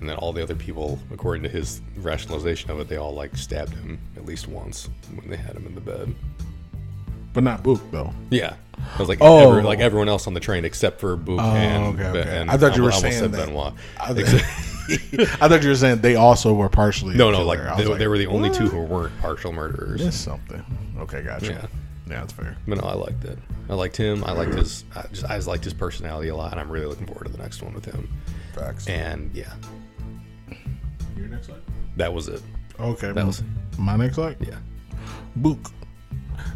S2: and then all the other people, according to his rationalization of it, they all like stabbed him at least once when they had him in the bed.
S1: But not Boop though.
S2: Yeah, I was like,
S1: Oh.
S2: every- like everyone else on the train except for Boop and,
S1: okay,
S2: Be-
S1: okay.
S2: and
S1: I thought you were
S2: almost
S1: saying
S2: said
S1: that.
S2: Benoit.
S1: I, (laughs) I thought you were saying they also were partially.
S2: No,
S1: a
S2: no,
S1: killer.
S2: like
S1: I was
S2: they, they were the only two
S1: what?
S2: who weren't partial murderers.
S1: Missed something. Okay, gotcha.
S2: Yeah.
S1: yeah, that's fair.
S2: But no, I liked it. I liked him. I liked his. I just, I just liked his personality a lot, and I'm really looking forward to the next one with him.
S1: Facts.
S2: And yeah,
S1: Your next slide.
S2: that was it.
S1: Okay,
S2: That was
S1: my next slide.
S2: yeah.
S1: Book,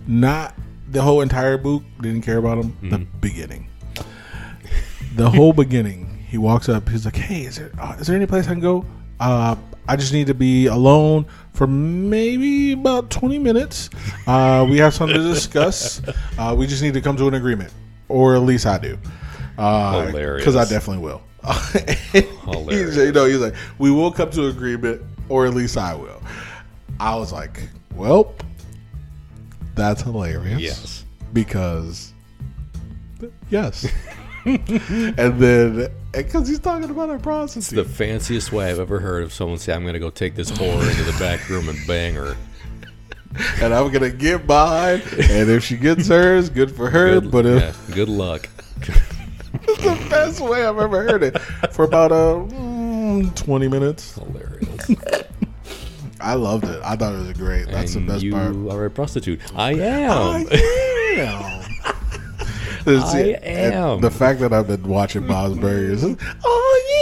S1: not the whole entire book. Didn't care about him. The
S2: Mm-hmm.
S1: beginning. The whole beginning. He walks up. He's like, "Hey, is there uh, is there any place I can go? Uh, I just need to be alone for maybe about twenty minutes. Uh, we have something to discuss. Uh, we just need to come to an agreement, or at least I do. Uh,
S2: Hilarious.
S1: Because I definitely will. (laughs)
S2: Hilarious.
S1: He's, you know, he's like, we will come to agreement, or at least I will. I was like, well, that's hilarious.
S2: Yes.
S1: Because, yes. (laughs) and then, because he's talking about our prostitute.
S2: the fanciest way I've ever heard of someone say, "I'm going to go take this whore into the back room and bang her."
S1: and I'm gonna get mine. And if she gets hers, good for her.
S2: Good-
S1: but uh, if
S2: yeah, good luck.
S1: it's the best way I've ever heard it for about uh, mm, 20 minutes.
S2: Hilarious.
S1: I loved it. I thought it was great. (laughs) That's
S2: And
S1: the best
S2: you
S1: part.
S2: are a prostitute. I
S1: Um,
S2: am.
S1: I (laughs) am. There's-
S2: I
S1: and
S2: am.
S1: The fact that I've been watching Bob's Burgers, is-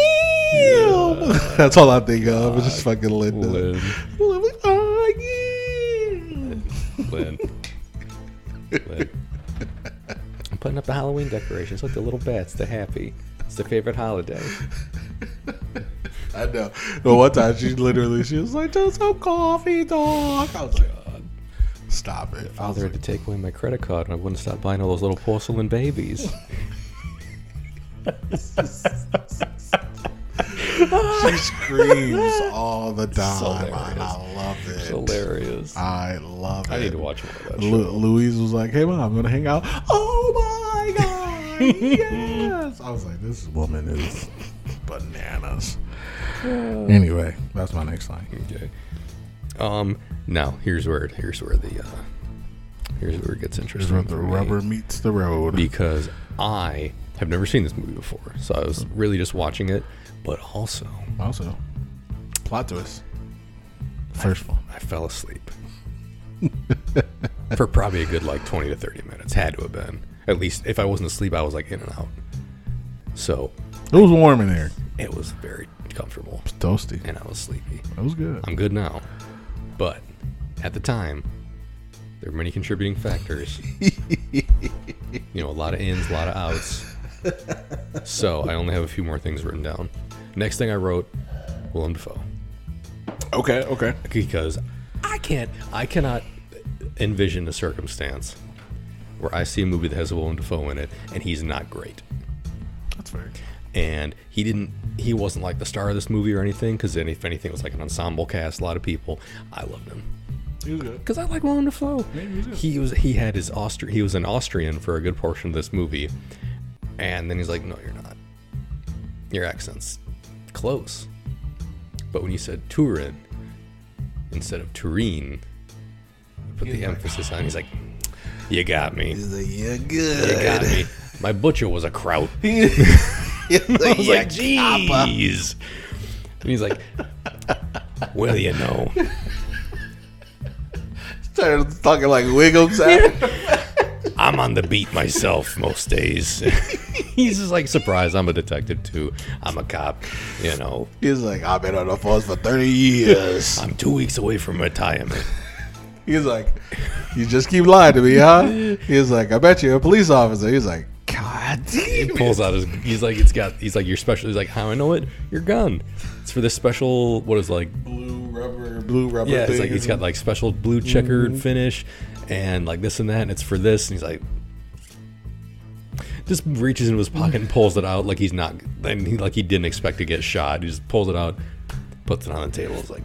S1: I am. (laughs) That's all I think of. It's just fucking Linda.
S2: Ah,
S1: ah,
S2: Lynn.
S1: Linda, I am.
S2: (laughs) Lynn. Lynn. I'm putting up the Halloween decorations. Look, the little bats. They're happy. It's their favorite holiday.
S1: I know. But one time she literally, she was like, just some coffee, dog. I was like, stop it. I
S2: Oh,
S1: was
S2: they
S1: like,
S2: had to take away my credit card, and I wouldn't stop buying all those little porcelain babies.
S1: She screams all
S2: (laughs)
S1: the time. I,
S2: hilarious.
S1: I love it.
S2: Hilarious.
S1: I love it.
S2: I need to watch more of that. shit.
S1: Lu- Louise was like, "Hey, mom, I'm gonna hang out." Oh my god! yes. I was like, "This woman is (sighs) bananas." anyway, that's my next line.
S2: Okay. Um. Now here's where here's where the uh, here's where it gets interesting.
S1: Where the
S2: for me.
S1: rubber meets the road.
S2: because I have never seen this movie before, so I was really just watching it. But also,
S1: Also, plot twist. First one.
S2: I fell
S1: (laughs)
S2: asleep for probably a good like twenty to thirty minutes. Had to have been at least if I wasn't asleep, I was like in and out. So
S1: It was warm in there.
S2: it was very comfortable,
S1: It's toasty.
S2: and I was sleepy.
S1: It was good.
S2: I'm good now. But at the time, there were many contributing factors. you know, a lot of ins, a lot of outs. So I only have a few more things written down. Next thing I wrote, Willem Dafoe.
S1: Okay. Okay.
S2: Because I can't, I cannot envision a circumstance where I see a movie that has Willem Dafoe in it and he's not great
S1: That's fair.
S2: and he didn't he wasn't like the star of this movie or anything because if anything it was like an ensemble cast a lot of people i loved him
S1: It was good.
S2: because i like willem dafoe
S1: me too.
S2: he was he had his Austri- he was an austrian for a good portion of this movie and then he's like no you're not your accent's close but when you said turin instead of turin put the emphasis on he's like you got me you
S1: He's like, "Yeah,
S2: got
S1: good."
S2: me my butcher was a kraut
S1: (laughs) He's like,
S2: I was like, jeez. And he's like, well, you know.
S1: started talking like Wiggles. Out.
S2: I'm on the beat myself most days. (laughs) He's just like, surprised. I'm a detective too. I'm a cop. You know,
S1: He's like, I've been on the force for thirty (laughs) years.
S2: I'm two weeks away from retirement.
S1: He's like, you just keep lying to me, huh? He's like, I bet you're a police officer. He's like, God damn. it."
S2: Pulls out his. He's like, it's got. He's like, your special. He's like, how I know it? Your gun. It's for this special. What is it, like?
S1: Blue rubber, blue rubber.
S2: Yeah, Mm-hmm. it's like
S1: thing.
S2: he's got like special blue checkered finish, and like this and that, and it's for this. And he's like, just reaches into his pocket and pulls it out like he's not, and he, like he didn't expect to get shot. He just pulls it out, puts it on the table. It's like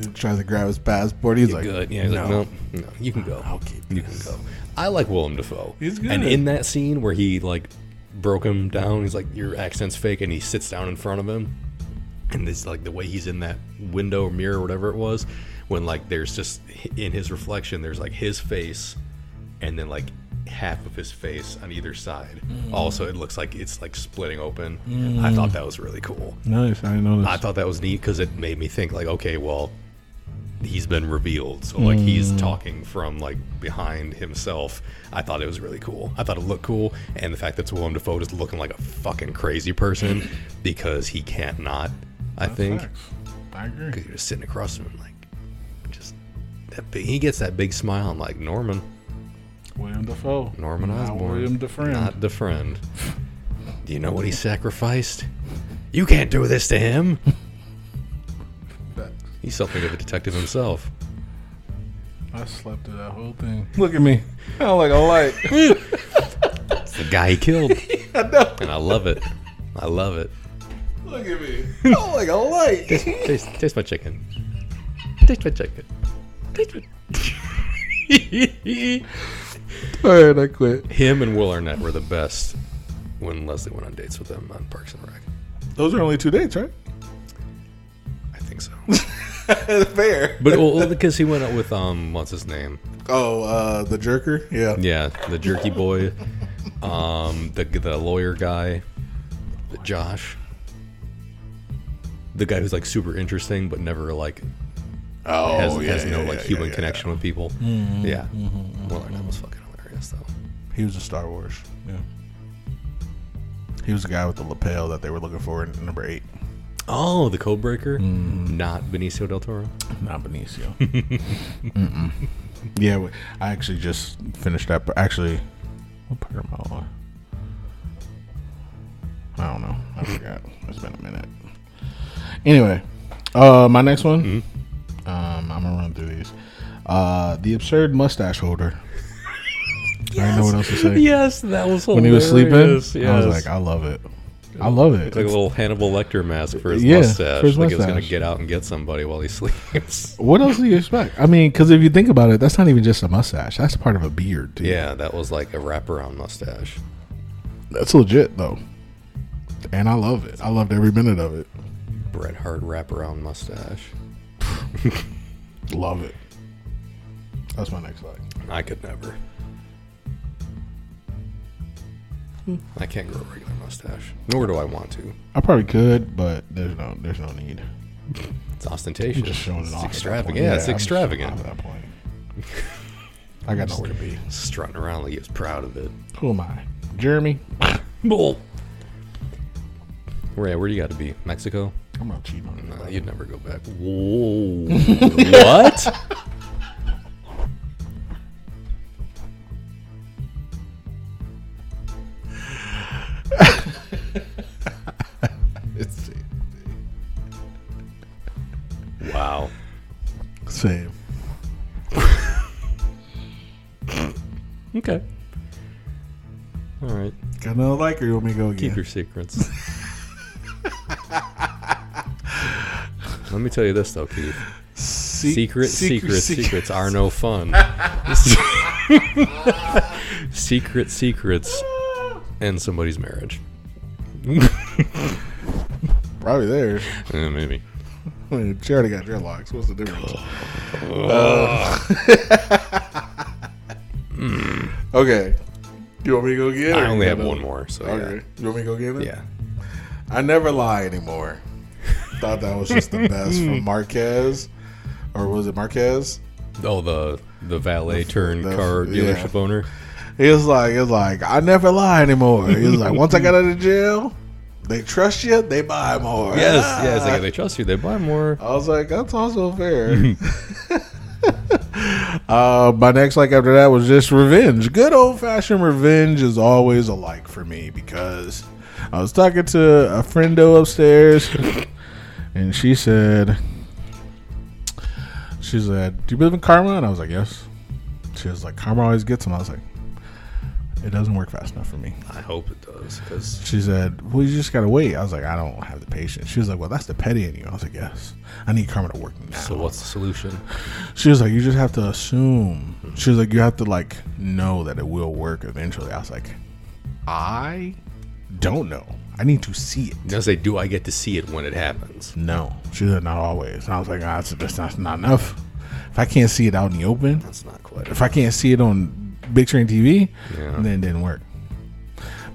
S1: He tries to grab his passport. He's like,
S2: good. Yeah, he's like, no, no, you can go.
S1: I'll keep
S2: You can go. I like Willem Dafoe.
S1: He's
S2: And
S1: good.
S2: in that scene where he like broke him down, he's like, "Your accent's fake," and he sits down in front of him, and it's like the way he's in that window or mirror, whatever it was, when like there's just in his reflection, there's like his face, and then like half of his face on either side. Also, it looks like it's like splitting open. I thought that was really cool.
S1: nice. I know
S2: I
S1: this.
S2: thought that was neat because it made me think like, okay, well, he's been revealed, so like he's
S1: Mm.
S2: talking from like behind himself. I thought it was really cool. I thought it looked cool, and the fact that Willem Dafoe is looking like a fucking
S1: (laughs)
S2: crazy person because he can't not. I think
S1: I agree.
S2: 'Cause you're just sitting across from him like, just that big. He gets that big smile. I'm like Norman,
S1: William Defoe.
S2: Norman
S1: Not
S2: Osborn,
S1: William Defoe.
S2: not the
S1: (laughs)
S2: friend. Do you know what he sacrificed? You can't do this to him. He's something of a detective himself.
S1: I slept through that whole thing. Look at me. I'm like a (laughs) light.
S2: It's the guy he killed. And I love it. I love it.
S1: Look at (laughs) me. I'm like a light. (laughs)
S2: Taste, taste my chicken. Taste my chicken. Taste my...
S1: All right, I quit.
S2: (laughs) Him and Will Arnett were the best when Leslie went on dates with them on Parks and Rec.
S1: (laughs) Those are only two dates, right?
S2: I think so.
S1: Fair.
S2: But well, well, because he went out with um, what's his name?
S1: Oh, uh, the jerker. Yeah.
S2: Yeah, the jerky boy, um, the the lawyer guy, Josh, the guy who's like super interesting but never like
S1: Oh,
S2: has,
S1: yeah,
S2: has no
S1: yeah,
S2: like
S1: yeah,
S2: human
S1: yeah,
S2: connection with people. Yeah, well, that was fucking hilarious though.
S1: yeah. He was a Star Wars. Yeah. He was the guy with the lapel that they were looking for in number eight.
S2: Oh, the Codebreaker, not Benicio del Toro.
S1: Not Benicio. (laughs) Mm-mm. yeah, we- I actually just finished up. Actually, what part am I on? I don't know. I forgot. It's been a minute. Anyway, uh, my next one.
S2: Mm-hmm.
S1: Um, I'm gonna run through these. Uh, the absurd mustache
S2: (laughs)
S1: holder. I didn't know what else to say.
S2: Yes, that was
S1: When he was sleeping, I was
S2: yes.
S1: like, "Oh, I love it. I love it.
S2: It's like a little Hannibal Lecter mask for his
S1: Yeah,
S2: mustache.
S1: for his
S2: like he was gonna
S1: mustache.
S2: get out and get somebody while he (laughs) sleeps.
S1: what else do you expect? I mean, because if you think about it, that's not even just a mustache. That's part of a beard. Dude.
S2: yeah, that was like a wraparound mustache.
S1: That's legit though. And I love it. I loved every minute of it.
S2: Bret Hart wraparound mustache.
S1: Love it. That's my next slide.
S2: I could never. I can't grow a regular mustache. Nor do I want to.
S1: I probably could, but there's no there's no need.
S2: It's ostentatious.
S1: I'm just showing it
S2: it's
S1: off. at that
S2: extravagant.
S1: point.
S2: Yeah, it's
S1: I'm just showing
S2: extravagant.
S1: off at that point.
S2: (laughs)
S1: I got nowhere to be.
S2: Strutting around like he was proud of it.
S1: Who am I? Jeremy?
S2: Bull. Where, where do you got to be? Mexico?
S1: I'm not cheating on
S2: Nah,
S1: anybody.
S2: you'd never go back. Whoa. (laughs) what? (laughs)
S1: It's
S2: Wow.
S1: same.
S2: Okay. All right.
S1: Got another like or you want me to go again?
S2: Keep your (laughs) secrets. Let me tell you this though, Keith.
S1: Se-
S2: Secret, secrets, secrets are no (laughs) fun. secret, secrets, and somebody's marriage.
S1: Probably there.
S2: Eh, maybe.
S1: I mean, she already got dreadlocks. What's the difference?
S2: (laughs)
S1: Uh, okay. You want me to go again?
S2: I
S1: or
S2: only
S1: you
S2: have
S1: got
S2: one
S1: another-
S2: more, so
S1: Okay. You want me to go again? then?
S2: yeah.
S1: I never lie anymore. Thought that was just the best
S2: (laughs)
S1: from Marquez. Or was it Marquez?
S2: yeah. Oh, the the valet turned
S1: the-
S2: car
S1: yeah.
S2: dealership owner.
S1: He was like, he was like, I never lie anymore. He was like, once I got out of jail, they trust you, they buy more. Ah,
S2: Yes, yes. Like, if they trust you. They buy more.
S1: I was like, that's also fair. (laughs) uh, my next like after that was just revenge. Good old fashioned revenge is always a like for me because I was talking to a friendo upstairs (laughs) and she said, she said, do you believe in karma? And I was like, yes. She was like, karma always gets them. I was like, it doesn't work fast enough for me.
S2: I hope it does, because
S1: She said, "Well, you just gotta wait." I was like, "I don't have the patience." She was like, "Well, that's the petty in you." I was like, "Yes, I need karma to work now."
S2: so what's the solution?
S1: She was like, "You just have to assume." She was like, "You have to like know that it will work eventually." I was like, "I don't know. I need to see it."
S2: Now say, do I get to see it when it happens?
S1: No, she said, "Not always." And I was like, ah, "That's that's not, not enough. If I can't see it out in the open,
S2: That's not quite.
S1: if I can't see it on big screen TV,
S2: Yeah.
S1: then it didn't work."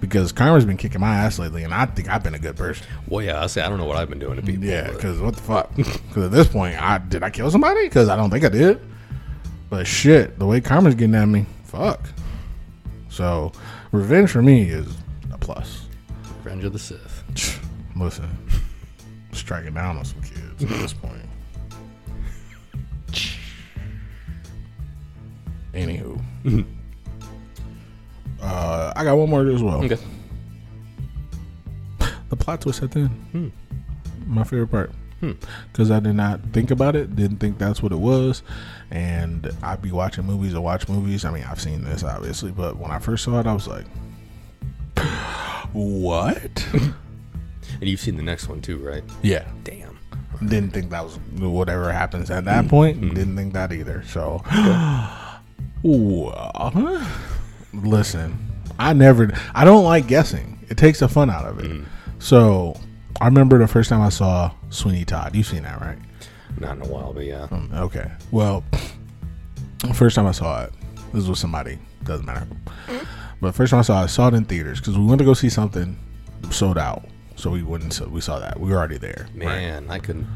S1: Because karma's been kicking my ass lately, and I think I've been a good person.
S2: Well, yeah. I say I don't know what I've been doing to people.
S1: Yeah,
S2: but-
S1: because what the fuck? (laughs) Because at this point, I did I kill somebody? Because I don't think I did. But shit, the way karma's getting at me, fuck. So revenge for me is a plus. (sniffs)
S2: Revenge of the Sith.
S1: Listen, striking down on some kids at this
S2: (laughs)
S1: point. Anywho, uh, I got one more as well.
S2: Okay.
S1: The plot twist at the end. My favorite part. Because I did not think about it, didn't think that's what it was. And I'd be watching movies or watch movies. I mean, I've seen this, obviously, but when I first saw it, I was like, (sighs) what?
S2: And you've seen the next one too, right?
S1: yeah.
S2: Damn.
S1: Didn't think that was whatever happens at that point. Didn't think that either. So, Well, listen, I never, I don't like guessing. It takes the fun out of it. So, I remember the first time I saw Sweeney Todd. You've seen that, right?
S2: Not in a while, but yeah.
S1: Okay. Well, first time I saw it, this was somebody. Doesn't matter. But first time I saw it, I saw it in theaters because we went to go see something sold out. So we wouldn't. So we saw that. We were already there.
S2: Man, I couldn't.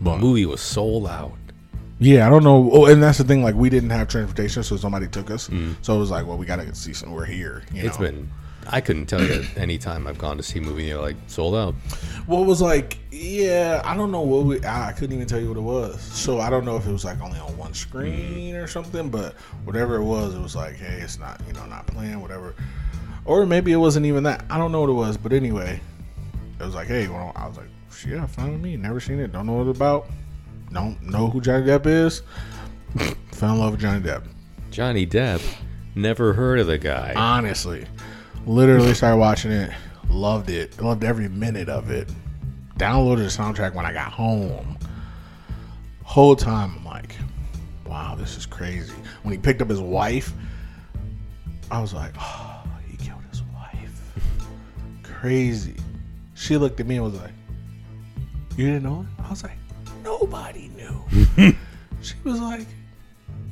S1: Boom.
S2: Movie was sold out.
S1: Yeah, I don't know. Oh, and that's the thing. Like, we didn't have transportation, so somebody took us. So it was like, well, we gotta see some. We're here. You
S2: Mm. It's
S1: know?
S2: been. I couldn't tell
S1: (clears throat)
S2: you any time I've gone to see a movie. They're like sold out.
S1: What was like? Yeah, I don't know what we. I I couldn't even tell you what it was. So I don't know if it was like only on one screen or something. But whatever it was, it was like, hey, it's not you know not playing whatever. Or maybe it wasn't even that. I don't know what it was. But anyway, it was like, hey, well, I was like, yeah, fine with me. Never seen it. Don't know what it's about. Don't know who Johnny Depp is. (laughs) Fell in love with Johnny Depp.
S2: Johnny Depp. Never heard of the guy.
S1: Honestly, literally started watching it. Loved it. Loved every minute of it. Downloaded the soundtrack when I got home. Whole time I'm like, wow, this is crazy. When he picked up his wife, I was like, (sighs) oh, he killed his wife. Crazy. She looked at me and was like, you didn't know it? I was like, nobody knew. she was like,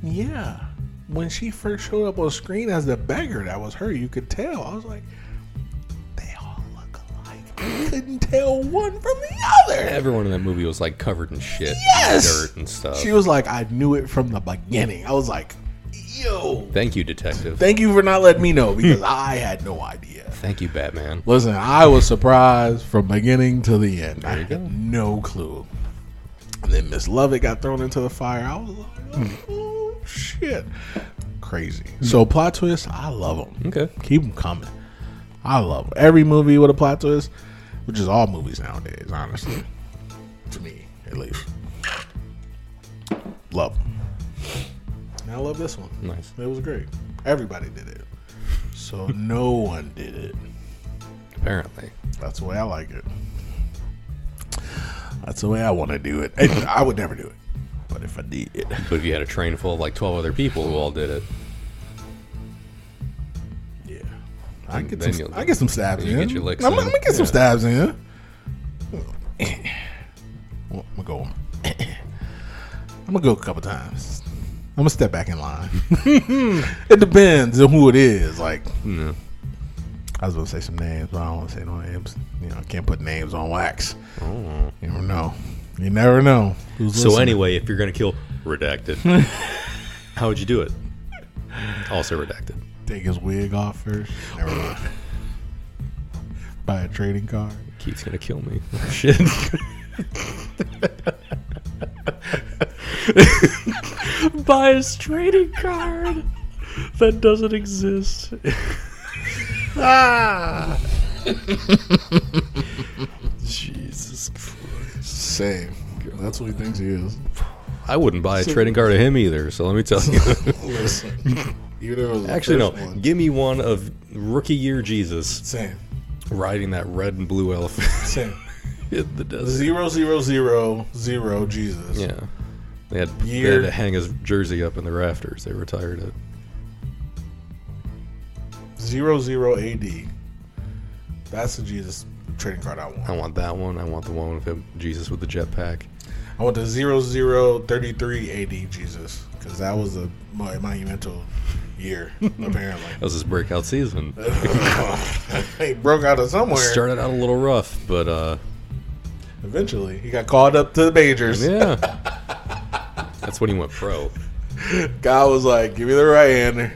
S1: yeah. When she first showed up on screen as the beggar, that was her. You could tell. I was like, they all look alike. I couldn't tell one from the other.
S2: Everyone in that movie was like covered in shit, and
S1: Yes!
S2: dirt and stuff.
S1: She was like, I knew it from the beginning. I was like, yo,
S2: Thank you, detective.
S1: thank you for not letting me know because I had no idea.
S2: Thank you, Batman.
S1: Listen, I was surprised from beginning to the end. I
S2: you
S1: had
S2: go.
S1: no clue. And then Miss Lovett got thrown into the fire. I was like, oh, shit. Crazy.
S2: Hmm.
S1: So, plot twists, I love them.
S2: Okay.
S1: Keep them coming. I love 'em. every movie with a plot twist, which is all movies nowadays, honestly. to me, at least. Love 'em. And I love this one.
S2: Nice.
S1: It was great. Everybody did it. So, no one did it.
S2: Apparently.
S1: That's the way I like it. That's the way I want to do it. And I would never do it, but if I did,
S2: But if you had a train full of like 12 other people who all did it,
S1: yeah, I
S2: Then-
S1: get
S2: then
S1: some.
S2: you'll-
S1: I get some stabs
S2: you
S1: in.
S2: get your licks
S1: I'm, I'm
S2: in.
S1: gonna get some
S2: Yeah.
S1: stabs in. Well, I'm gonna go. (coughs) I'm gonna go a couple times. I'm gonna step back in line. (laughs) it depends on who it is. Like,
S2: no.
S1: I was gonna say some names, but I don't want to say no names. You know, I can't put names on wax. You never know. You never know. Who's
S2: Oh. So
S1: listening.
S2: anyway, if you're gonna kill
S1: (laughs)
S2: redacted, how would you do it? Also redacted.
S1: take his wig off first. Never
S2: (coughs)
S1: mind. Buy a trading card.
S2: Keith's gonna kill me. (laughs) Shit.
S3: buy his trading card that doesn't exist.
S2: Jesus.
S1: Same. That's what he thinks he is.
S2: I wouldn't buy a trading card of him either. So let me tell you.
S1: (laughs)
S3: (laughs)
S1: Listen. Even if it was the
S2: Actually, no.
S1: first one.
S2: Give me one of rookie year Jesus
S1: Same.
S2: riding that red and blue elephant (laughs)
S1: Same.
S2: in the desert.
S1: Zero zero zero zero Jesus.
S2: Yeah. They had, they
S1: Year.
S2: had to hang his jersey up in the rafters. They retired it.
S1: Zero zero AD. That's the Jesus trading card I want.
S2: I want that one. I want the one with him, Jesus with the jetpack.
S1: I want the zero zero thirty three AD Jesus because that was a mo- monumental
S2: (laughs)
S1: year apparently. (laughs)
S2: That was his breakout season.
S3: (laughs)
S1: he broke out of somewhere.
S2: Started out a little rough, but uh,
S1: Eventually, he got called up to the majors.
S2: yeah, that's when he went pro.
S1: Guy was like, "Give me the right hander."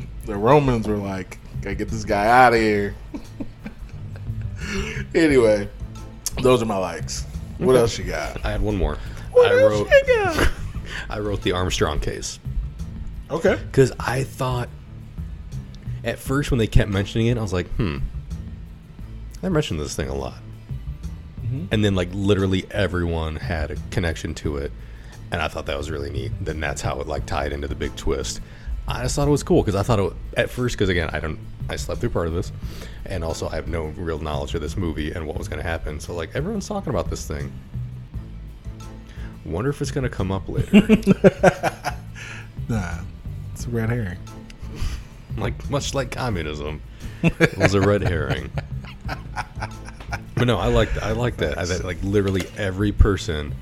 S1: (laughs) the Romans were like, "Gotta get this guy out of here." (laughs) anyway, those are my likes. What else you got?
S2: I had one more. I
S1: else
S2: wrote.
S1: got?
S2: I wrote the Armstrong case
S1: Okay.
S2: because I thought at first when they kept mentioning it, I was like, hmm, they're mentioning this thing a lot. And then like literally everyone had a connection to it, and I thought that was really neat. Then that's how it like tied into the big twist. I just thought it was cool because I thought it wa- at first because again I don't I slept through part of this, and also I have no real knowledge of this movie and what was going to happen. So like everyone's talking about this thing. Wonder if it's going to come up later.
S1: Nah, it's a red herring. (laughs)
S2: like much like communism it was a red herring But no, I like I like that. I, that like literally every person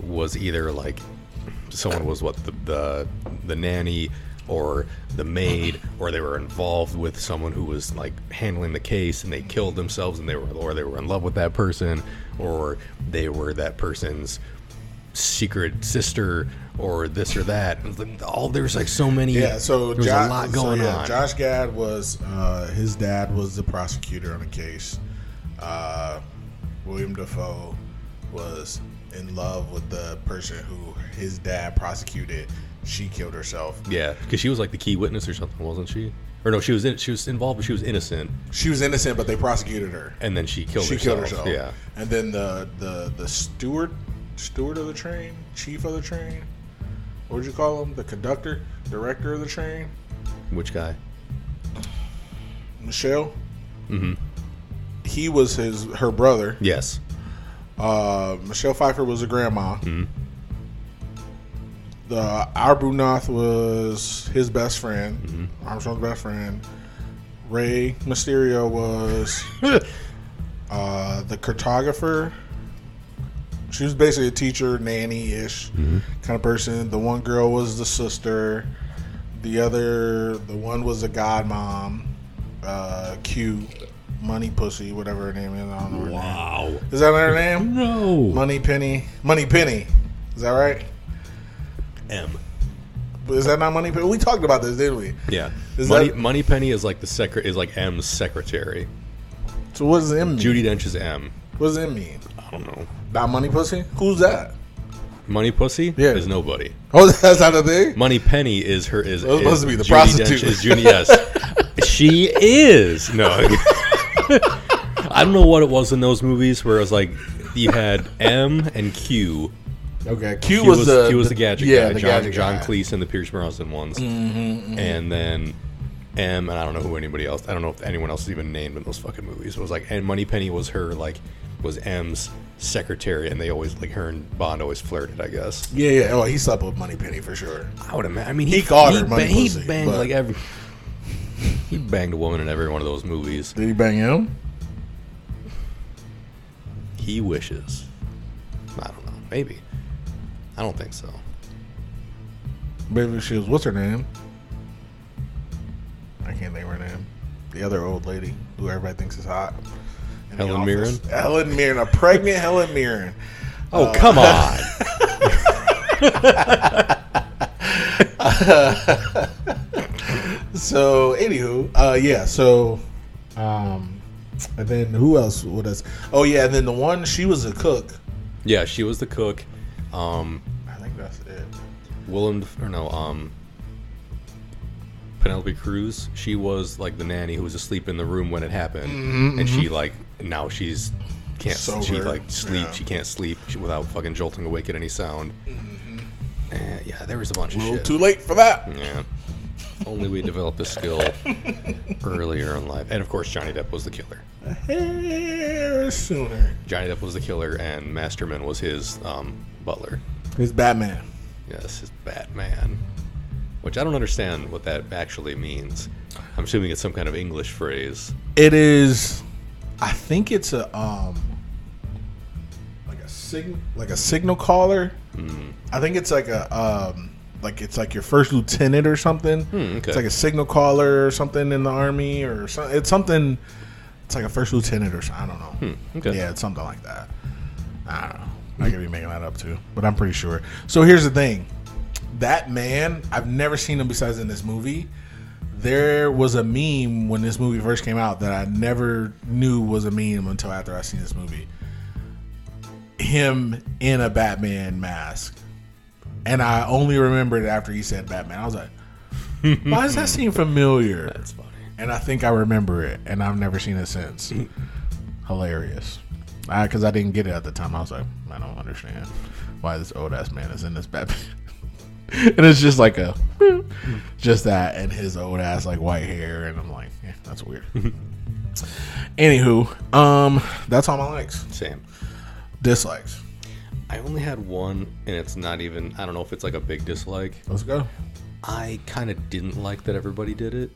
S2: was either like someone was what the the, the nanny or the maid or they were involved with someone who was like handling the case and they killed themselves and they were or they were in love with that person or they were that person's secret sister or this or that all there's like so many
S1: Yeah, so
S2: there's
S1: Jo-
S2: a lot
S1: so,
S2: going
S1: yeah,
S2: on
S1: Josh Gad was uh, his dad was the prosecutor on the case. Uh, William Defoe was in love with the person who his dad prosecuted. She killed herself.
S2: Yeah, because she was like the key witness or something, wasn't she? Or no, she was in, she was involved, but she was innocent,
S1: She was innocent, but they prosecuted her.
S2: and then she killed
S1: She
S2: herself.
S1: killed herself.
S2: Yeah,
S1: And then the the the steward steward of the train, chief of the train, what would you call him? The conductor, director of the train,
S2: which guy?
S1: Michelle. Mm-hmm. He was his her brother.
S2: Yes,
S1: Uh, Michelle Pfeiffer was a grandma. The Arbuthnot was his best friend. Armstrong's best friend. Ray Mysterio was uh, the cartographer. She was basically a teacher, nanny ish kind of person. The one girl was the sister. The other, the one was the godmom. Uh, Q, Money Pussy, whatever her name is. I don't know her name.
S2: Wow.
S1: Is that her name?
S2: No.
S1: Money Penny. Money Penny. Is that right?
S2: M.
S1: Is that not Money Penny? We talked about this, didn't we?
S2: Yeah.
S1: Is
S2: Money,
S1: that-
S2: Money Penny is like the secret is like M's secretary.
S1: So what does M mean?
S2: Judy Dench is M.
S1: What does M mean?
S2: I don't know.
S1: Not Money Pussy? Who's that?
S2: Money Pussy
S1: Yeah.
S2: is nobody.
S1: Oh, (laughs) that's not a thing?
S2: Money Penny is her is,
S1: was
S2: is
S1: supposed to be the
S2: Judi Dench
S1: prostitute.
S2: is
S1: (laughs)
S2: Judy yes. she is no. (laughs) I don't know what it was in those movies where it was like you had M and Q.
S1: Okay. Q,
S2: Q
S1: was,
S2: was,
S1: the
S2: Q was the gadget
S1: yeah,
S2: guy,
S1: the
S2: John,
S1: gadget
S2: John
S1: guy. Mm-hmm,
S2: Cleese and the Pierce Brosnan ones, and then M and I don't know who anybody else. I don't know if anyone else is even named in those fucking movies. It was like and Money Penny was her like was M's secretary, and they always like her and Bond always flirted. I guess
S1: Yeah, yeah. Oh, he slept with Money Penny for sure.
S2: I would imagine. I mean,
S1: He called her
S2: ba-
S1: Money
S2: he
S1: Pussy,
S2: banged
S1: but-
S2: like every. He banged a woman in every one of those movies.
S1: Did he bang him?
S2: He wishes. I don't know. Maybe. I don't think so.
S1: Maybe she was, what's her name? I can't think of her name. The other old lady who everybody thinks is hot. in the
S2: Helen
S1: office.
S2: Mirren?
S1: Helen Mirren. A pregnant Helen Mirren. Uh,
S2: Oh
S1: (laughs)
S2: come on!
S1: So, anywho, uh, yeah. So, um, and then who else would us? Oh yeah, and then the one she was a cook.
S2: yeah, she was the cook. Um,
S1: I think that's it.
S2: Willem or no, um, Penelope Cruz. She was like the nanny who was asleep in the room when it happened, and she like now she's can't she
S1: Mm-hmm, Sober,
S2: like sleep
S1: yeah.
S2: she can't sleep she- without fucking jolting awake at any sound.
S1: Mm-hmm.
S2: Eh, yeah, there was a bunch of
S1: Well,
S2: shit.
S1: Oh, too late for that.
S2: yeah, only we developed
S1: (laughs)
S2: this skill earlier in life, and of course Johnny Depp was the killer.
S1: Hair sooner.
S2: Johnny Depp was the killer, and Masterman was his um, butler.
S1: It's Batman.
S2: Yes, it's Batman. Which I don't understand what that actually means. I'm assuming it's some kind of English phrase.
S1: It is. I think it's a um, like a sig like a signal caller. I think it's like a um, like it's like your first lieutenant or something.
S2: okay.
S1: It's like a signal caller or something in the army or some, it's something. It's like a first lieutenant or something. I don't know.
S2: okay.
S1: Yeah, it's something like that. I don't know. I could be making that up too, but I'm pretty sure. So here's the thing: that man, I've never seen him besides in this movie. There was a meme when this movie first came out that I never knew was a meme until after I seen this movie. Him in a Batman mask, and I only remembered after he said Batman. I was like, "Why does that seem familiar?"
S2: (laughs) That's funny.
S1: and I think I remember it, and I've never seen it since. Hilarious, because I, didn't get it at the time. I was like, I don't understand why this old ass man is in this Batman, (laughs) and it's just like a, just that, and his old ass like white hair, and I'm like, yeah, that's (laughs) weird. Anywho, um, that's all my likes,
S2: Same.
S1: dislikes.
S2: I only had one, and it's not even, I don't know if it's like a big dislike.
S1: Let's go. Hmm.
S2: I kind of didn't like that everybody did it.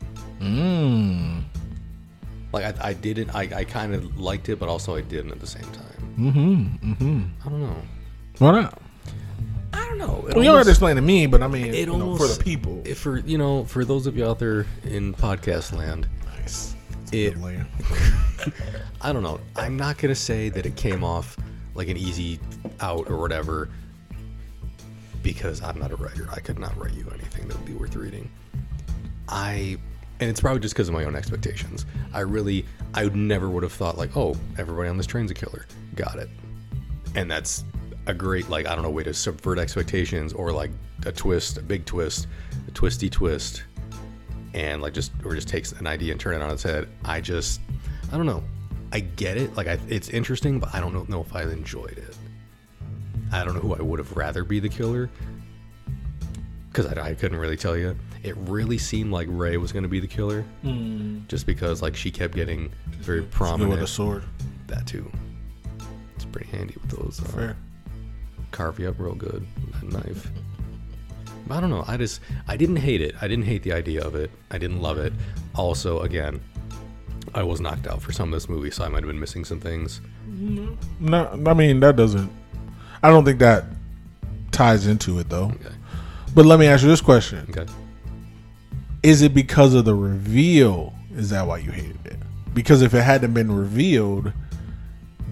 S2: Like I, I didn't. I, I kind of liked it, but also I didn't at the same time. Mm-hmm. Mm-hmm. I don't know.
S1: Why not?
S2: I don't know. It
S1: Well, you already explained to me, but I mean,
S2: it
S1: you know,
S2: almost
S1: for the people.
S2: If for you know, for those of you out there in podcast land,
S1: Nice.
S2: it
S1: Land.
S2: I don't know. I'm not gonna say that it came off like an easy out or whatever, because I'm not a writer. I could not write you anything that would be worth reading. I, and it's probably just because of my own expectations. I really, I would never would have thought like, oh, everybody on this train's a killer. Got it. And that's a great like I don't know way to subvert expectations or like a twist, a big twist, a twisty twist and like just or just takes an idea and turn it on its head. I just I don't know. I get it. Like I, it's interesting, but I don't know- know if I enjoyed it. I don't know who I would have rather be the killer because I, I couldn't really tell you. It really seemed like Ray was going to be the killer, just because like she kept getting very
S1: You with a
S2: prominent.
S1: sword.
S2: that too. It's pretty handy with those. Uh,
S1: Fair.
S2: carve you up real good with that knife. But I don't know. I just I didn't hate it. I didn't hate the idea of it. I didn't love it. Also, again, I was knocked out for some of this movie, so I might have been missing some things.
S1: No, I mean that doesn't. I don't think that ties into it though.
S2: Okay.
S1: But let me ask you this question:
S2: Okay.
S1: Is it because of the reveal? Is that why you hated it? Because if it hadn't been revealed,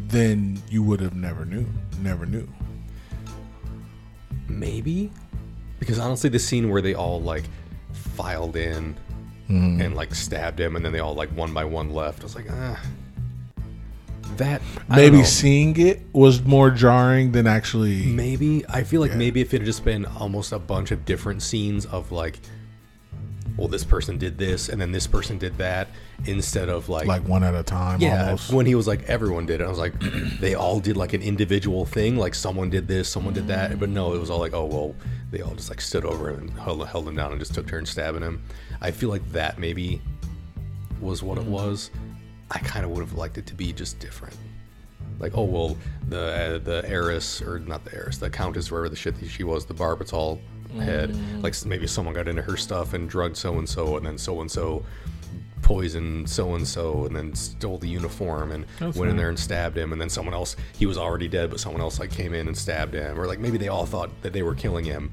S1: then you would have never knew. Never knew.
S2: Maybe. Because honestly, the scene where they all like filed in and like stabbed him, and then they all like one by one left. I was like, ah. That I don't
S1: Maybe
S2: know.
S1: seeing it was more jarring than actually.
S2: Maybe I feel like maybe if it had just been almost a bunch of different scenes of like, well, this person did this and then this person did that, instead of like,
S1: Like one at a time,
S2: yeah,
S1: almost.
S2: when he was like everyone did, it. I was like, (clears throat) they all did like an individual thing, like someone did this, someone did that, but no, it was all like, oh well, they all just like stood over him and held, held him down and just took turns stabbing him. I feel like that maybe was what it
S1: Mm-hmm.
S2: was. I kind of would have liked it to be just different like oh well the uh, the heiress or not the heiress the countess wherever the shit she was the barbitol head
S1: Mm-hmm.
S2: like s- maybe someone got into her stuff and drugged so and so and then so and so poisoned so and so and then stole the uniform and went in there and stabbed him and then someone else he was already dead but someone else like came in and stabbed him or like maybe they all thought that they were killing him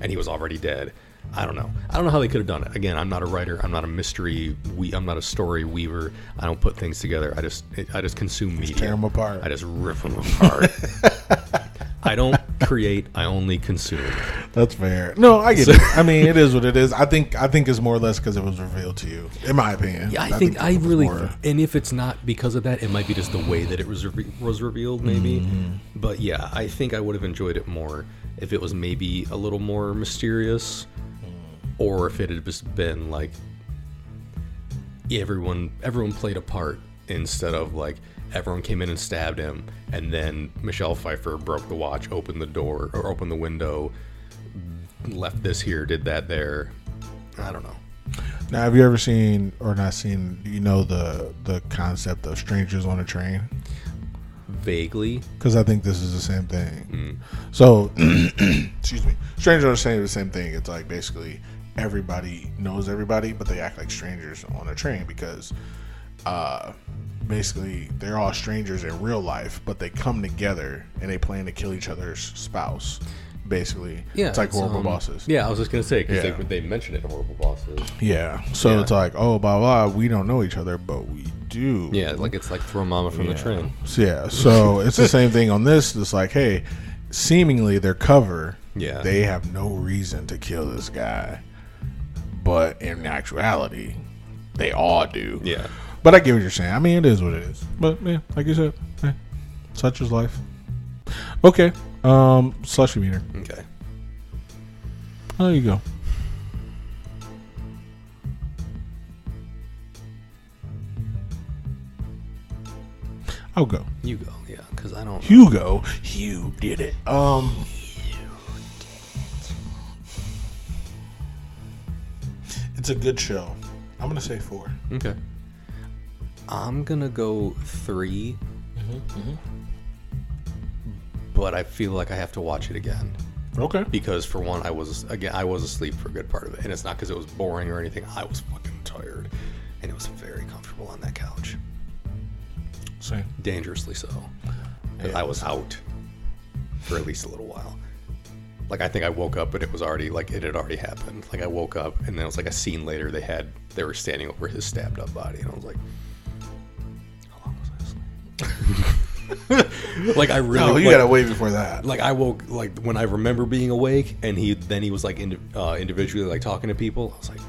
S2: and he was already dead I don't know. I don't know how they could have done it. Again, I'm not a writer. I'm not a mystery. We. I'm not a story weaver. I don't put things together. I just. I just consume media.
S1: tear 'em apart.
S2: I just rip them apart.
S1: (laughs)
S2: I don't create. I only consume.
S1: That's fair. No, I get it. I mean, it is what it is. I think I think it's more or less because it was revealed to you, in my opinion.
S2: Yeah, I, think, I
S1: it was
S2: really.
S1: more-
S2: And if it's not because of that, it might be just the way that it was reve- was revealed, maybe. But yeah, I think I would have enjoyed it more if it was maybe a little more mysterious, or if it had just been like everyone everyone played a part instead of like everyone came in and stabbed him and then Michelle Pfeiffer broke the watch, opened the door or opened the window, left this here, did that there. I don't know.
S1: Now, have you ever seen or not seen? You know the the concept of strangers on a train
S2: Vaguely,
S1: because I think this is the same thing. So, (clears throat) excuse me, strangers on a train is the same thing. It's like basically everybody knows everybody, but they act like strangers on a train because. Uh, basically they're all strangers in real life but they come together and they plan to kill each other's spouse basically
S2: yeah,
S1: it's like horrible
S2: um,
S1: bosses
S2: Yeah, I was just gonna say because
S1: Yeah.
S2: they, they mentioned it in horrible bosses.
S1: Yeah. So
S2: Yeah.
S1: it's like, oh, blah, blah, we don't know each other, but we do.
S2: Yeah, like it's like throw mama from the train.
S1: So, yeah. So it's the same thing on this. It's like, hey, seemingly their cover,
S2: Yeah.
S1: they have no reason to kill this guy. But in actuality, they all do.
S2: Yeah,
S1: But I get what you're saying. I mean, it is what it is. But, yeah, like you said, eh, such is life. Okay. Um, slushy meter.
S2: okay.
S1: Oh, there you go. I'll go.
S2: You go, yeah, because I don't.
S1: Hugo, you did it. Um, it's a good show. I'm gonna say four.
S2: Okay, I'm gonna go 3
S1: Mm-hmm,
S2: but I feel like I have to watch it again
S1: Okay.
S2: because for one, I was again I was asleep for a good part of it, and it's not because it was boring or anything. I was fucking tired, and it was very comfortable on that couch.
S1: Same.
S2: dangerously so. 'Cause
S1: Yeah.
S2: I was out for at least a little while. Like I think I woke up and it was already like it had already happened. Like I woke up and then it was like a scene later they had they were standing over his stabbed up body and I was like, how long was I asleep? (laughs) like I really
S1: No, you
S2: like,
S1: gotta wait before that.
S2: like I woke like when I remember being awake, and he then he was like indi- uh, individually like talking to people. I was like,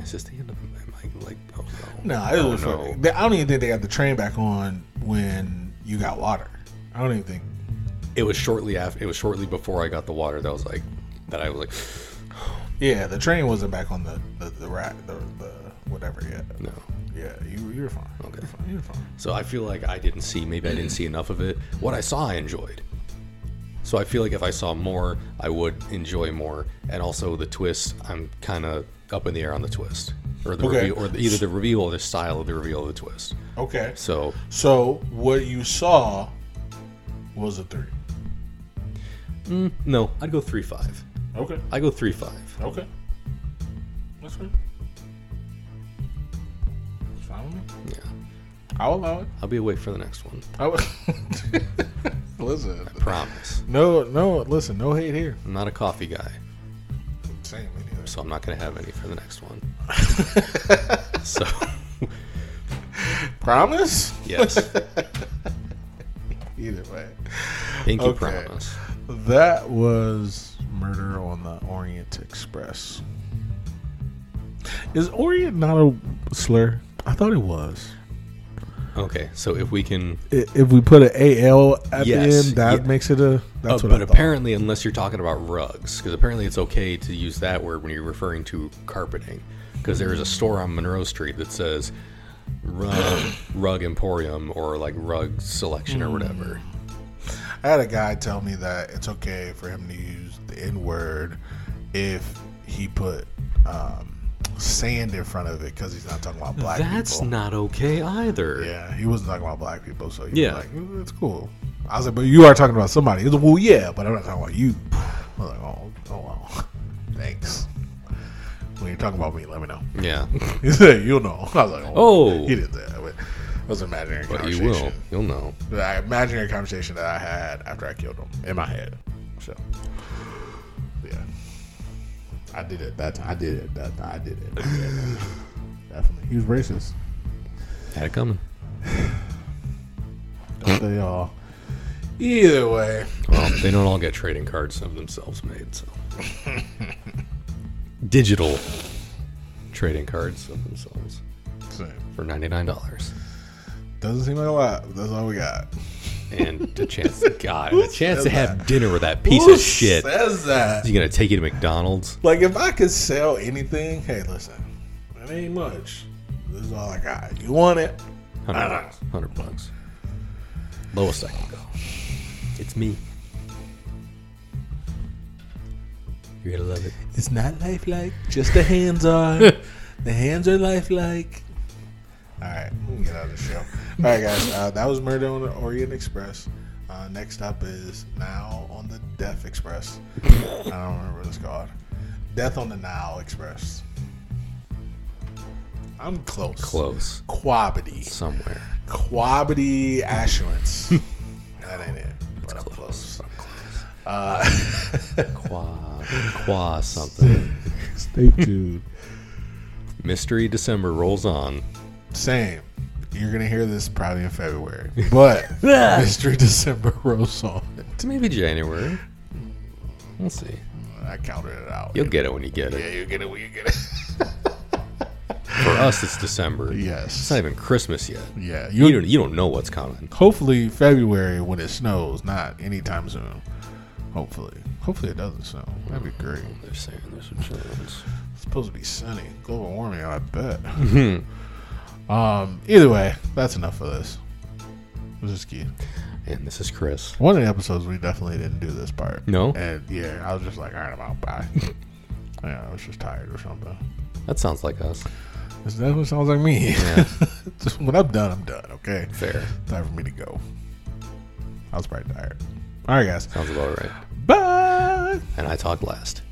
S2: "Is this the end of am I like oh no
S1: No, it was
S2: Oh,
S1: fucking- they- I don't even think they got the train back on when you got water. I don't even think.
S2: It was shortly after. It was shortly before I got the water that I was like that I was like
S1: Yeah, the train wasn't back on the the the, rack, the, the whatever yet.
S2: no.
S1: Yeah, you you were fine.
S2: Okay.
S1: you're fine. You're fine.
S2: So I feel like I didn't see. Maybe I didn't see enough of it. What I saw, I enjoyed. So I feel like if I saw more, I would enjoy more. And also the twist, I'm kind of up in the air on the twist, or the
S1: Okay.
S2: reveal, or the, either the reveal or the style of the reveal of the twist.
S1: Okay.
S2: So
S1: So what you saw was a three.
S2: No, I'd go three five.
S1: Okay.
S2: I go three five.
S1: Okay. That's fine. That's fine with me.
S2: Yeah,
S1: I'll allow it.
S2: I'll be awake for the next one.
S1: I would. (laughs) listen.
S2: Promise.
S1: No, no. Listen. No hate here.
S2: I'm not a coffee guy,
S1: Same. me neither.
S2: so I'm not gonna have any for the next one. so
S1: Promise.
S2: yes,
S1: Either way.
S2: pinky
S1: Okay.
S2: promise.
S1: That was Murder on the Orient Express. Is Orient not a slur? I thought it was.
S2: Okay, so if we can,
S1: I- If we put an AL at
S2: Yes,
S1: the end, that
S2: yeah.
S1: makes it a.
S2: uh,
S1: That's what
S2: but
S1: I thought.
S2: apparently, unless you're talking about rugs, because apparently it's okay to use that word when you're referring to carpeting, because there is a store on Monroe Street that says rug,
S1: (coughs)
S2: rug emporium or like rug selection or
S1: Mm.
S2: whatever.
S1: I had a guy tell me that it's okay for him to use the N word if he put um, sand in front of it because he's not talking about black
S2: That's
S1: people.
S2: not okay either.
S1: Yeah, he wasn't talking about black people, so he yeah,
S2: Yeah.
S1: was like, "That's cool." I was like, "But you are talking about somebody." He was like, "Well, yeah, but I'm not talking about you." I was like, "Oh, oh, wow. (laughs) thanks." When you're talking about me, let me know. (laughs)
S2: Yeah.
S1: He said, "You'll know." (laughs) I was like,
S2: Oh.
S1: he did that." But it was an imaginary
S2: But you
S1: conversation.
S2: will. You'll know.
S1: The imaginary conversation that I had after I killed him in my head. So, yeah, I did it that time. I did it that time. I did it. Yeah, (sighs) Definitely, he was racist.
S2: Had it coming.
S1: they all. Either way,
S2: Well, they don't all get trading cards of themselves made,
S1: (laughs)
S2: so. Digital trading cards of themselves
S1: same.
S2: for $99.
S1: doesn't seem like a lot. But that's all we got. (laughs)
S2: And a chance, God, a chance
S1: said
S2: to have
S1: that?
S2: dinner with that piece
S1: Who
S2: of shit.
S1: says that?
S2: Is he going to take you to McDonald's?
S1: Like, if I could sell anything, hey, listen, it ain't much. This is all I got. You want it?
S2: 100
S1: I don't
S2: bucks. 100 bucks. Lowest I can go. It's me. You're going to love it.
S1: It's not lifelike. Just the hands (laughs) are. the hands are lifelike. All right, we can get out of the show. All right, guys, uh, that was Murder on the Orient Express. Uh, next up is Now on the Death Express. I don't remember what it's called. Death on the Nile Express. I'm close.
S2: Close.
S1: Quabity.
S2: Somewhere.
S1: Quabity (laughs) assurance. that ain't it. But I'm close.
S2: Qua, qua something.
S1: Stay tuned.
S2: Mystery December rolls on.
S1: Same. You're gonna hear this probably in February, but Mystery December rolls on.
S2: It's maybe January. We'll see.
S1: I counted it out.
S2: You'll get it when you get
S1: yeah,
S2: it.
S1: you get it. when You get it.
S2: For us, it's December. It's
S1: yes.
S2: not even Christmas yet.
S1: Yeah.
S2: You
S1: You.
S2: don't. You don't know what's coming.
S1: Hopefully February when it snows, not anytime soon. Hopefully. Hopefully it doesn't snow. That'd be great.
S2: They're saying there's a chance.
S1: It's supposed to be sunny. Global warming, I bet. (laughs) um. Either way, that's enough of this. This is cute.
S2: And this is Chris.
S1: One of the episodes we definitely didn't do this part.
S2: No,
S1: And yeah, I was just like, all right, I'm out.
S2: (laughs)
S1: Bye. yeah, I was just tired or something.
S2: that sounds like us.
S1: This definitely sounds like me.
S2: Yeah,
S1: (laughs) Just when I'm done, I'm done. Okay,
S2: fair.
S1: time for me to go. I was probably tired. All right, guys.
S2: Sounds about right.
S1: Bye.
S2: And I talk last.